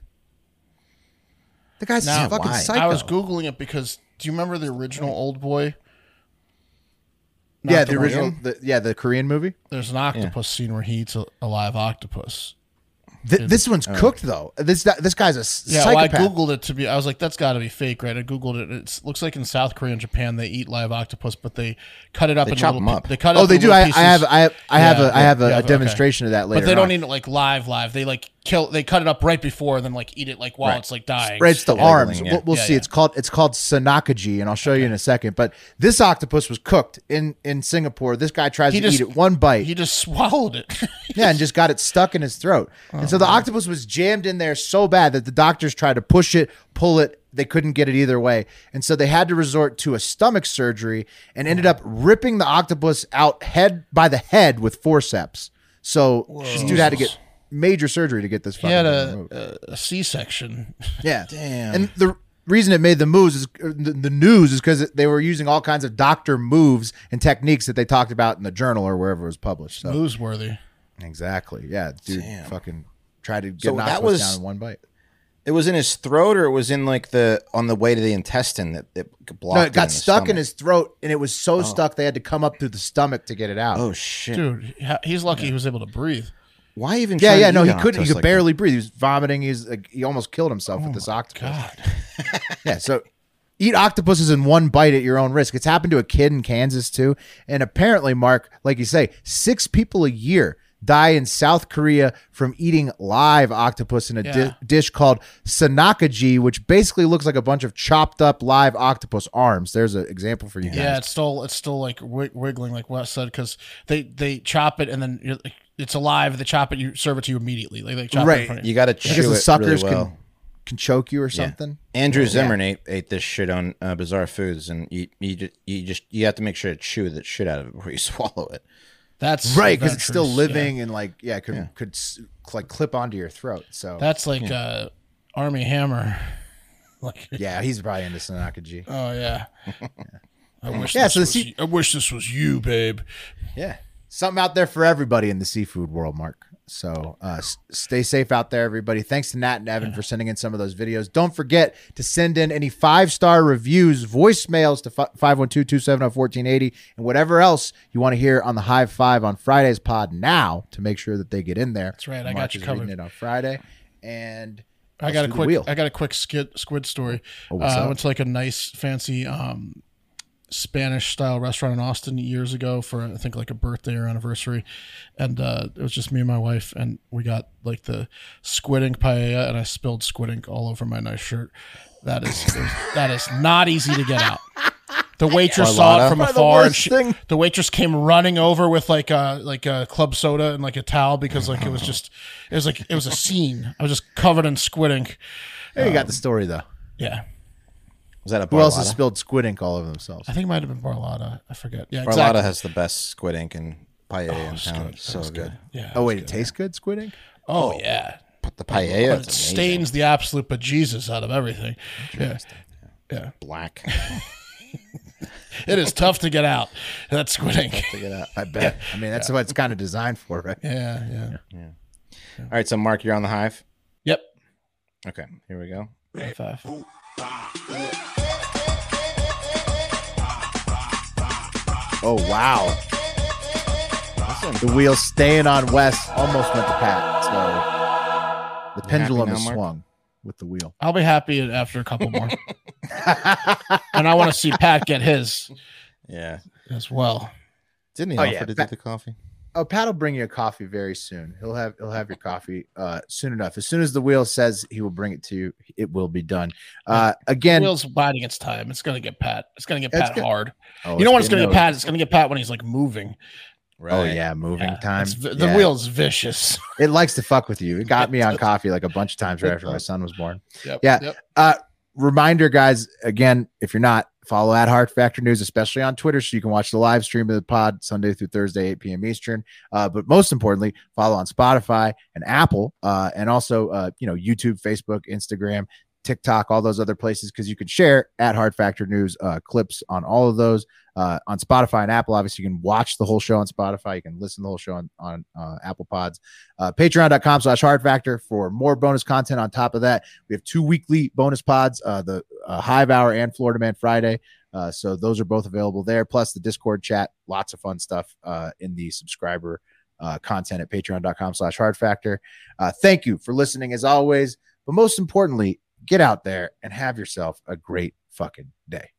The guy's Now, fucking why? psycho. I was googling it because do you remember the original Old Boy? yeah, the, Not original, one- the, yeah, the Korean movie. There's an octopus scene where he eats a, a live octopus. Th- this one's cooked though. This this guy's a s- Yeah, well, I psychopath. googled it to be. I was like, that's got to be fake, right? I googled it. It looks like in South Korea and Japan they eat live octopus, but they cut it up. They into chop little 'em pi- up. They cut. it oh, up they into do. I, little I have pieces. I have I have Yeah, a I have a, yeah, a okay. demonstration of that later. But they don't on. eat it like live, live. They like kill. They cut it up right before, and then like eat it like while Right. it's like dying. spreads the Yeah. arms. yeah. We'll, we'll Yeah, see. yeah. It's called it's called Sanakaji, and I'll show you in a second. But this octopus was cooked in in Singapore. This guy tries He to eat just- it one bite, He just swallowed it. yeah, and just got it stuck in his throat. and Uh-huh. so the octopus was jammed in there so bad that the doctors tried to push it, pull it. They couldn't get it either way, and so they had to resort to a stomach surgery and ended up ripping the octopus out head by the head with forceps. So this dude had to get major surgery to get this. he Fucking had thing removed. a, a, a C-section. Yeah. Damn. And the reason it made the moves is er, the, the news is because they were using all kinds of doctor moves and techniques that they talked about in the journal or wherever it was published. So Newsworthy. exactly. Yeah, dude, fucking tried to get So an that octopus was- down in one bite. It was in his throat, or it was in like the on the way to the intestine that it blocked. No, it got the stuck in stomach. his throat, and it was so stuck they had to come up through the stomach to get it out. Oh shit! Dude, he- he's lucky he was able to breathe. Why even? yeah, try to yeah. No, eat he an couldn't. He octopus could like that? barely breathe. He was vomiting. He's like, he almost killed himself with Oh this octopus. God. Yeah, so eat octopuses in one bite at your own risk. It's happened to a kid in Kansas too. And apparently, Mark, like you say, six people a year die in South Korea from eating live octopus in a di- Yeah. dish called sanakaji, which basically looks like a bunch of chopped up live octopus arms. There's an example for you guys. Yeah, it's still it's still like wi- wiggling, like Wes said, because they they chop it and then you're, like, it's alive. They chop it, you serve it to you immediately. Like they chop it. Right. In front of You got to chew I guess it the suckers really well. can can choke you or something. Andrew Zimmern ate, ate this shit on uh, Bizarre Foods, and you, you ju- you just you have to make sure to chew that shit out of it before you swallow it. That's Right, because it's still adventurous, yeah. living and like yeah, could could s- like clip onto your throat. So That's like uh, Army Hammer. like yeah, he's probably into sanakaji. oh yeah. I wish Yeah, this so the was se- you- I wish this was you, babe. Yeah. Something out there for everybody in the seafood world, Mark. So uh, s- stay safe out there, everybody. Thanks to Nat and Evan for sending in some of those videos. Don't forget to send in any five star reviews, voicemails to 512 270 1480, oh, and whatever else you want to hear on the High Five on Friday's pod now to make sure that they get in there. That's right. I got you covered. it on Friday. And I let's got a do Oh, the quick. wheel. Oh, I got a quick skid, squid story. what's uh, I up? went to like a nice fancy um, Spanish style restaurant in Austin years ago for I think like a birthday or anniversary, and uh, it was just me and my wife, and we got like the squid ink paella, and I spilled squid ink all over my nice shirt. That is it was- that is not easy to get out. The waitress saw Carlotta? it from Probably the afar, and worst she, thing. the waitress came running over with like a like a club soda and like a towel because like it was just it was like it was a scene. I was just covered in squid ink. Hey, you um, got the story, though. Yeah. Was that a Who else has Barlotta? spilled squid ink all over themselves? I think it might have been Barlotta. I forget. Yeah, Barlotta exactly. has the best Oh, squid ink and paella in town. That So was good. Yeah. Oh, wait, it tastes good, squid ink? Oh, yeah. the paella. but it stains the absolute bejesus out of everything. Yeah. yeah. black. It is tough to get out. That's squid ink. Check it out. I bet. I mean, that's what it's kind of designed for, right? Yeah, yeah. All right, so Mark, you're on the hive. Yep. Okay, here we go. High five. Oh wow. The wheel staying on West almost went to Pat. So the pendulum now, is Mark? swung with the wheel. I'll be happy after a couple more. and I want to see Pat get his Yeah. as well. Didn't he Oh, offer yeah. to do Back- the coffee? Oh, Pat'll bring you a coffee very soon. He'll have he'll have your coffee uh soon enough. As soon as the wheel says he will bring it to you, it will be done. Uh again, Will's biding its time. It's gonna get Pat. It's gonna get It's Pat go- hard. oh, you know when it's been gonna get noted. Pat? It's gonna get Pat when he's like moving. Oh yeah, moving Yeah, time. it's vi- the Yeah. wheel's vicious. It likes to fuck with you. It got me on coffee like a bunch of times right after my son was born. Yep, Yeah. Yep. reminder, guys, again, if you're not, follow at Heart Factor News, especially on Twitter, so you can watch the live stream of the pod Sunday through Thursday, 8 p.m. Eastern. Uh, but most importantly, follow on Spotify and Apple, uh, and also, uh, you know, YouTube, Facebook, Instagram, TikTok, all those other places, because you can share at Heart Factor News uh, clips on all of those. Uh, on Spotify and Apple, obviously, you can watch the whole show on Spotify. You can listen to the whole show on, on uh, Apple Pods. Uh, Patreon.com slash Heart Factor for more bonus content on top of that. We have two weekly bonus pods, uh, the uh, Hive Hour and Florida Man Friday. Uh, so those are both available there. Plus the Discord chat, lots of fun stuff uh, in the subscriber uh, content at patreon.com slash hard factor. Uh, thank you for listening as always. But most importantly, get out there and have yourself a great fucking day.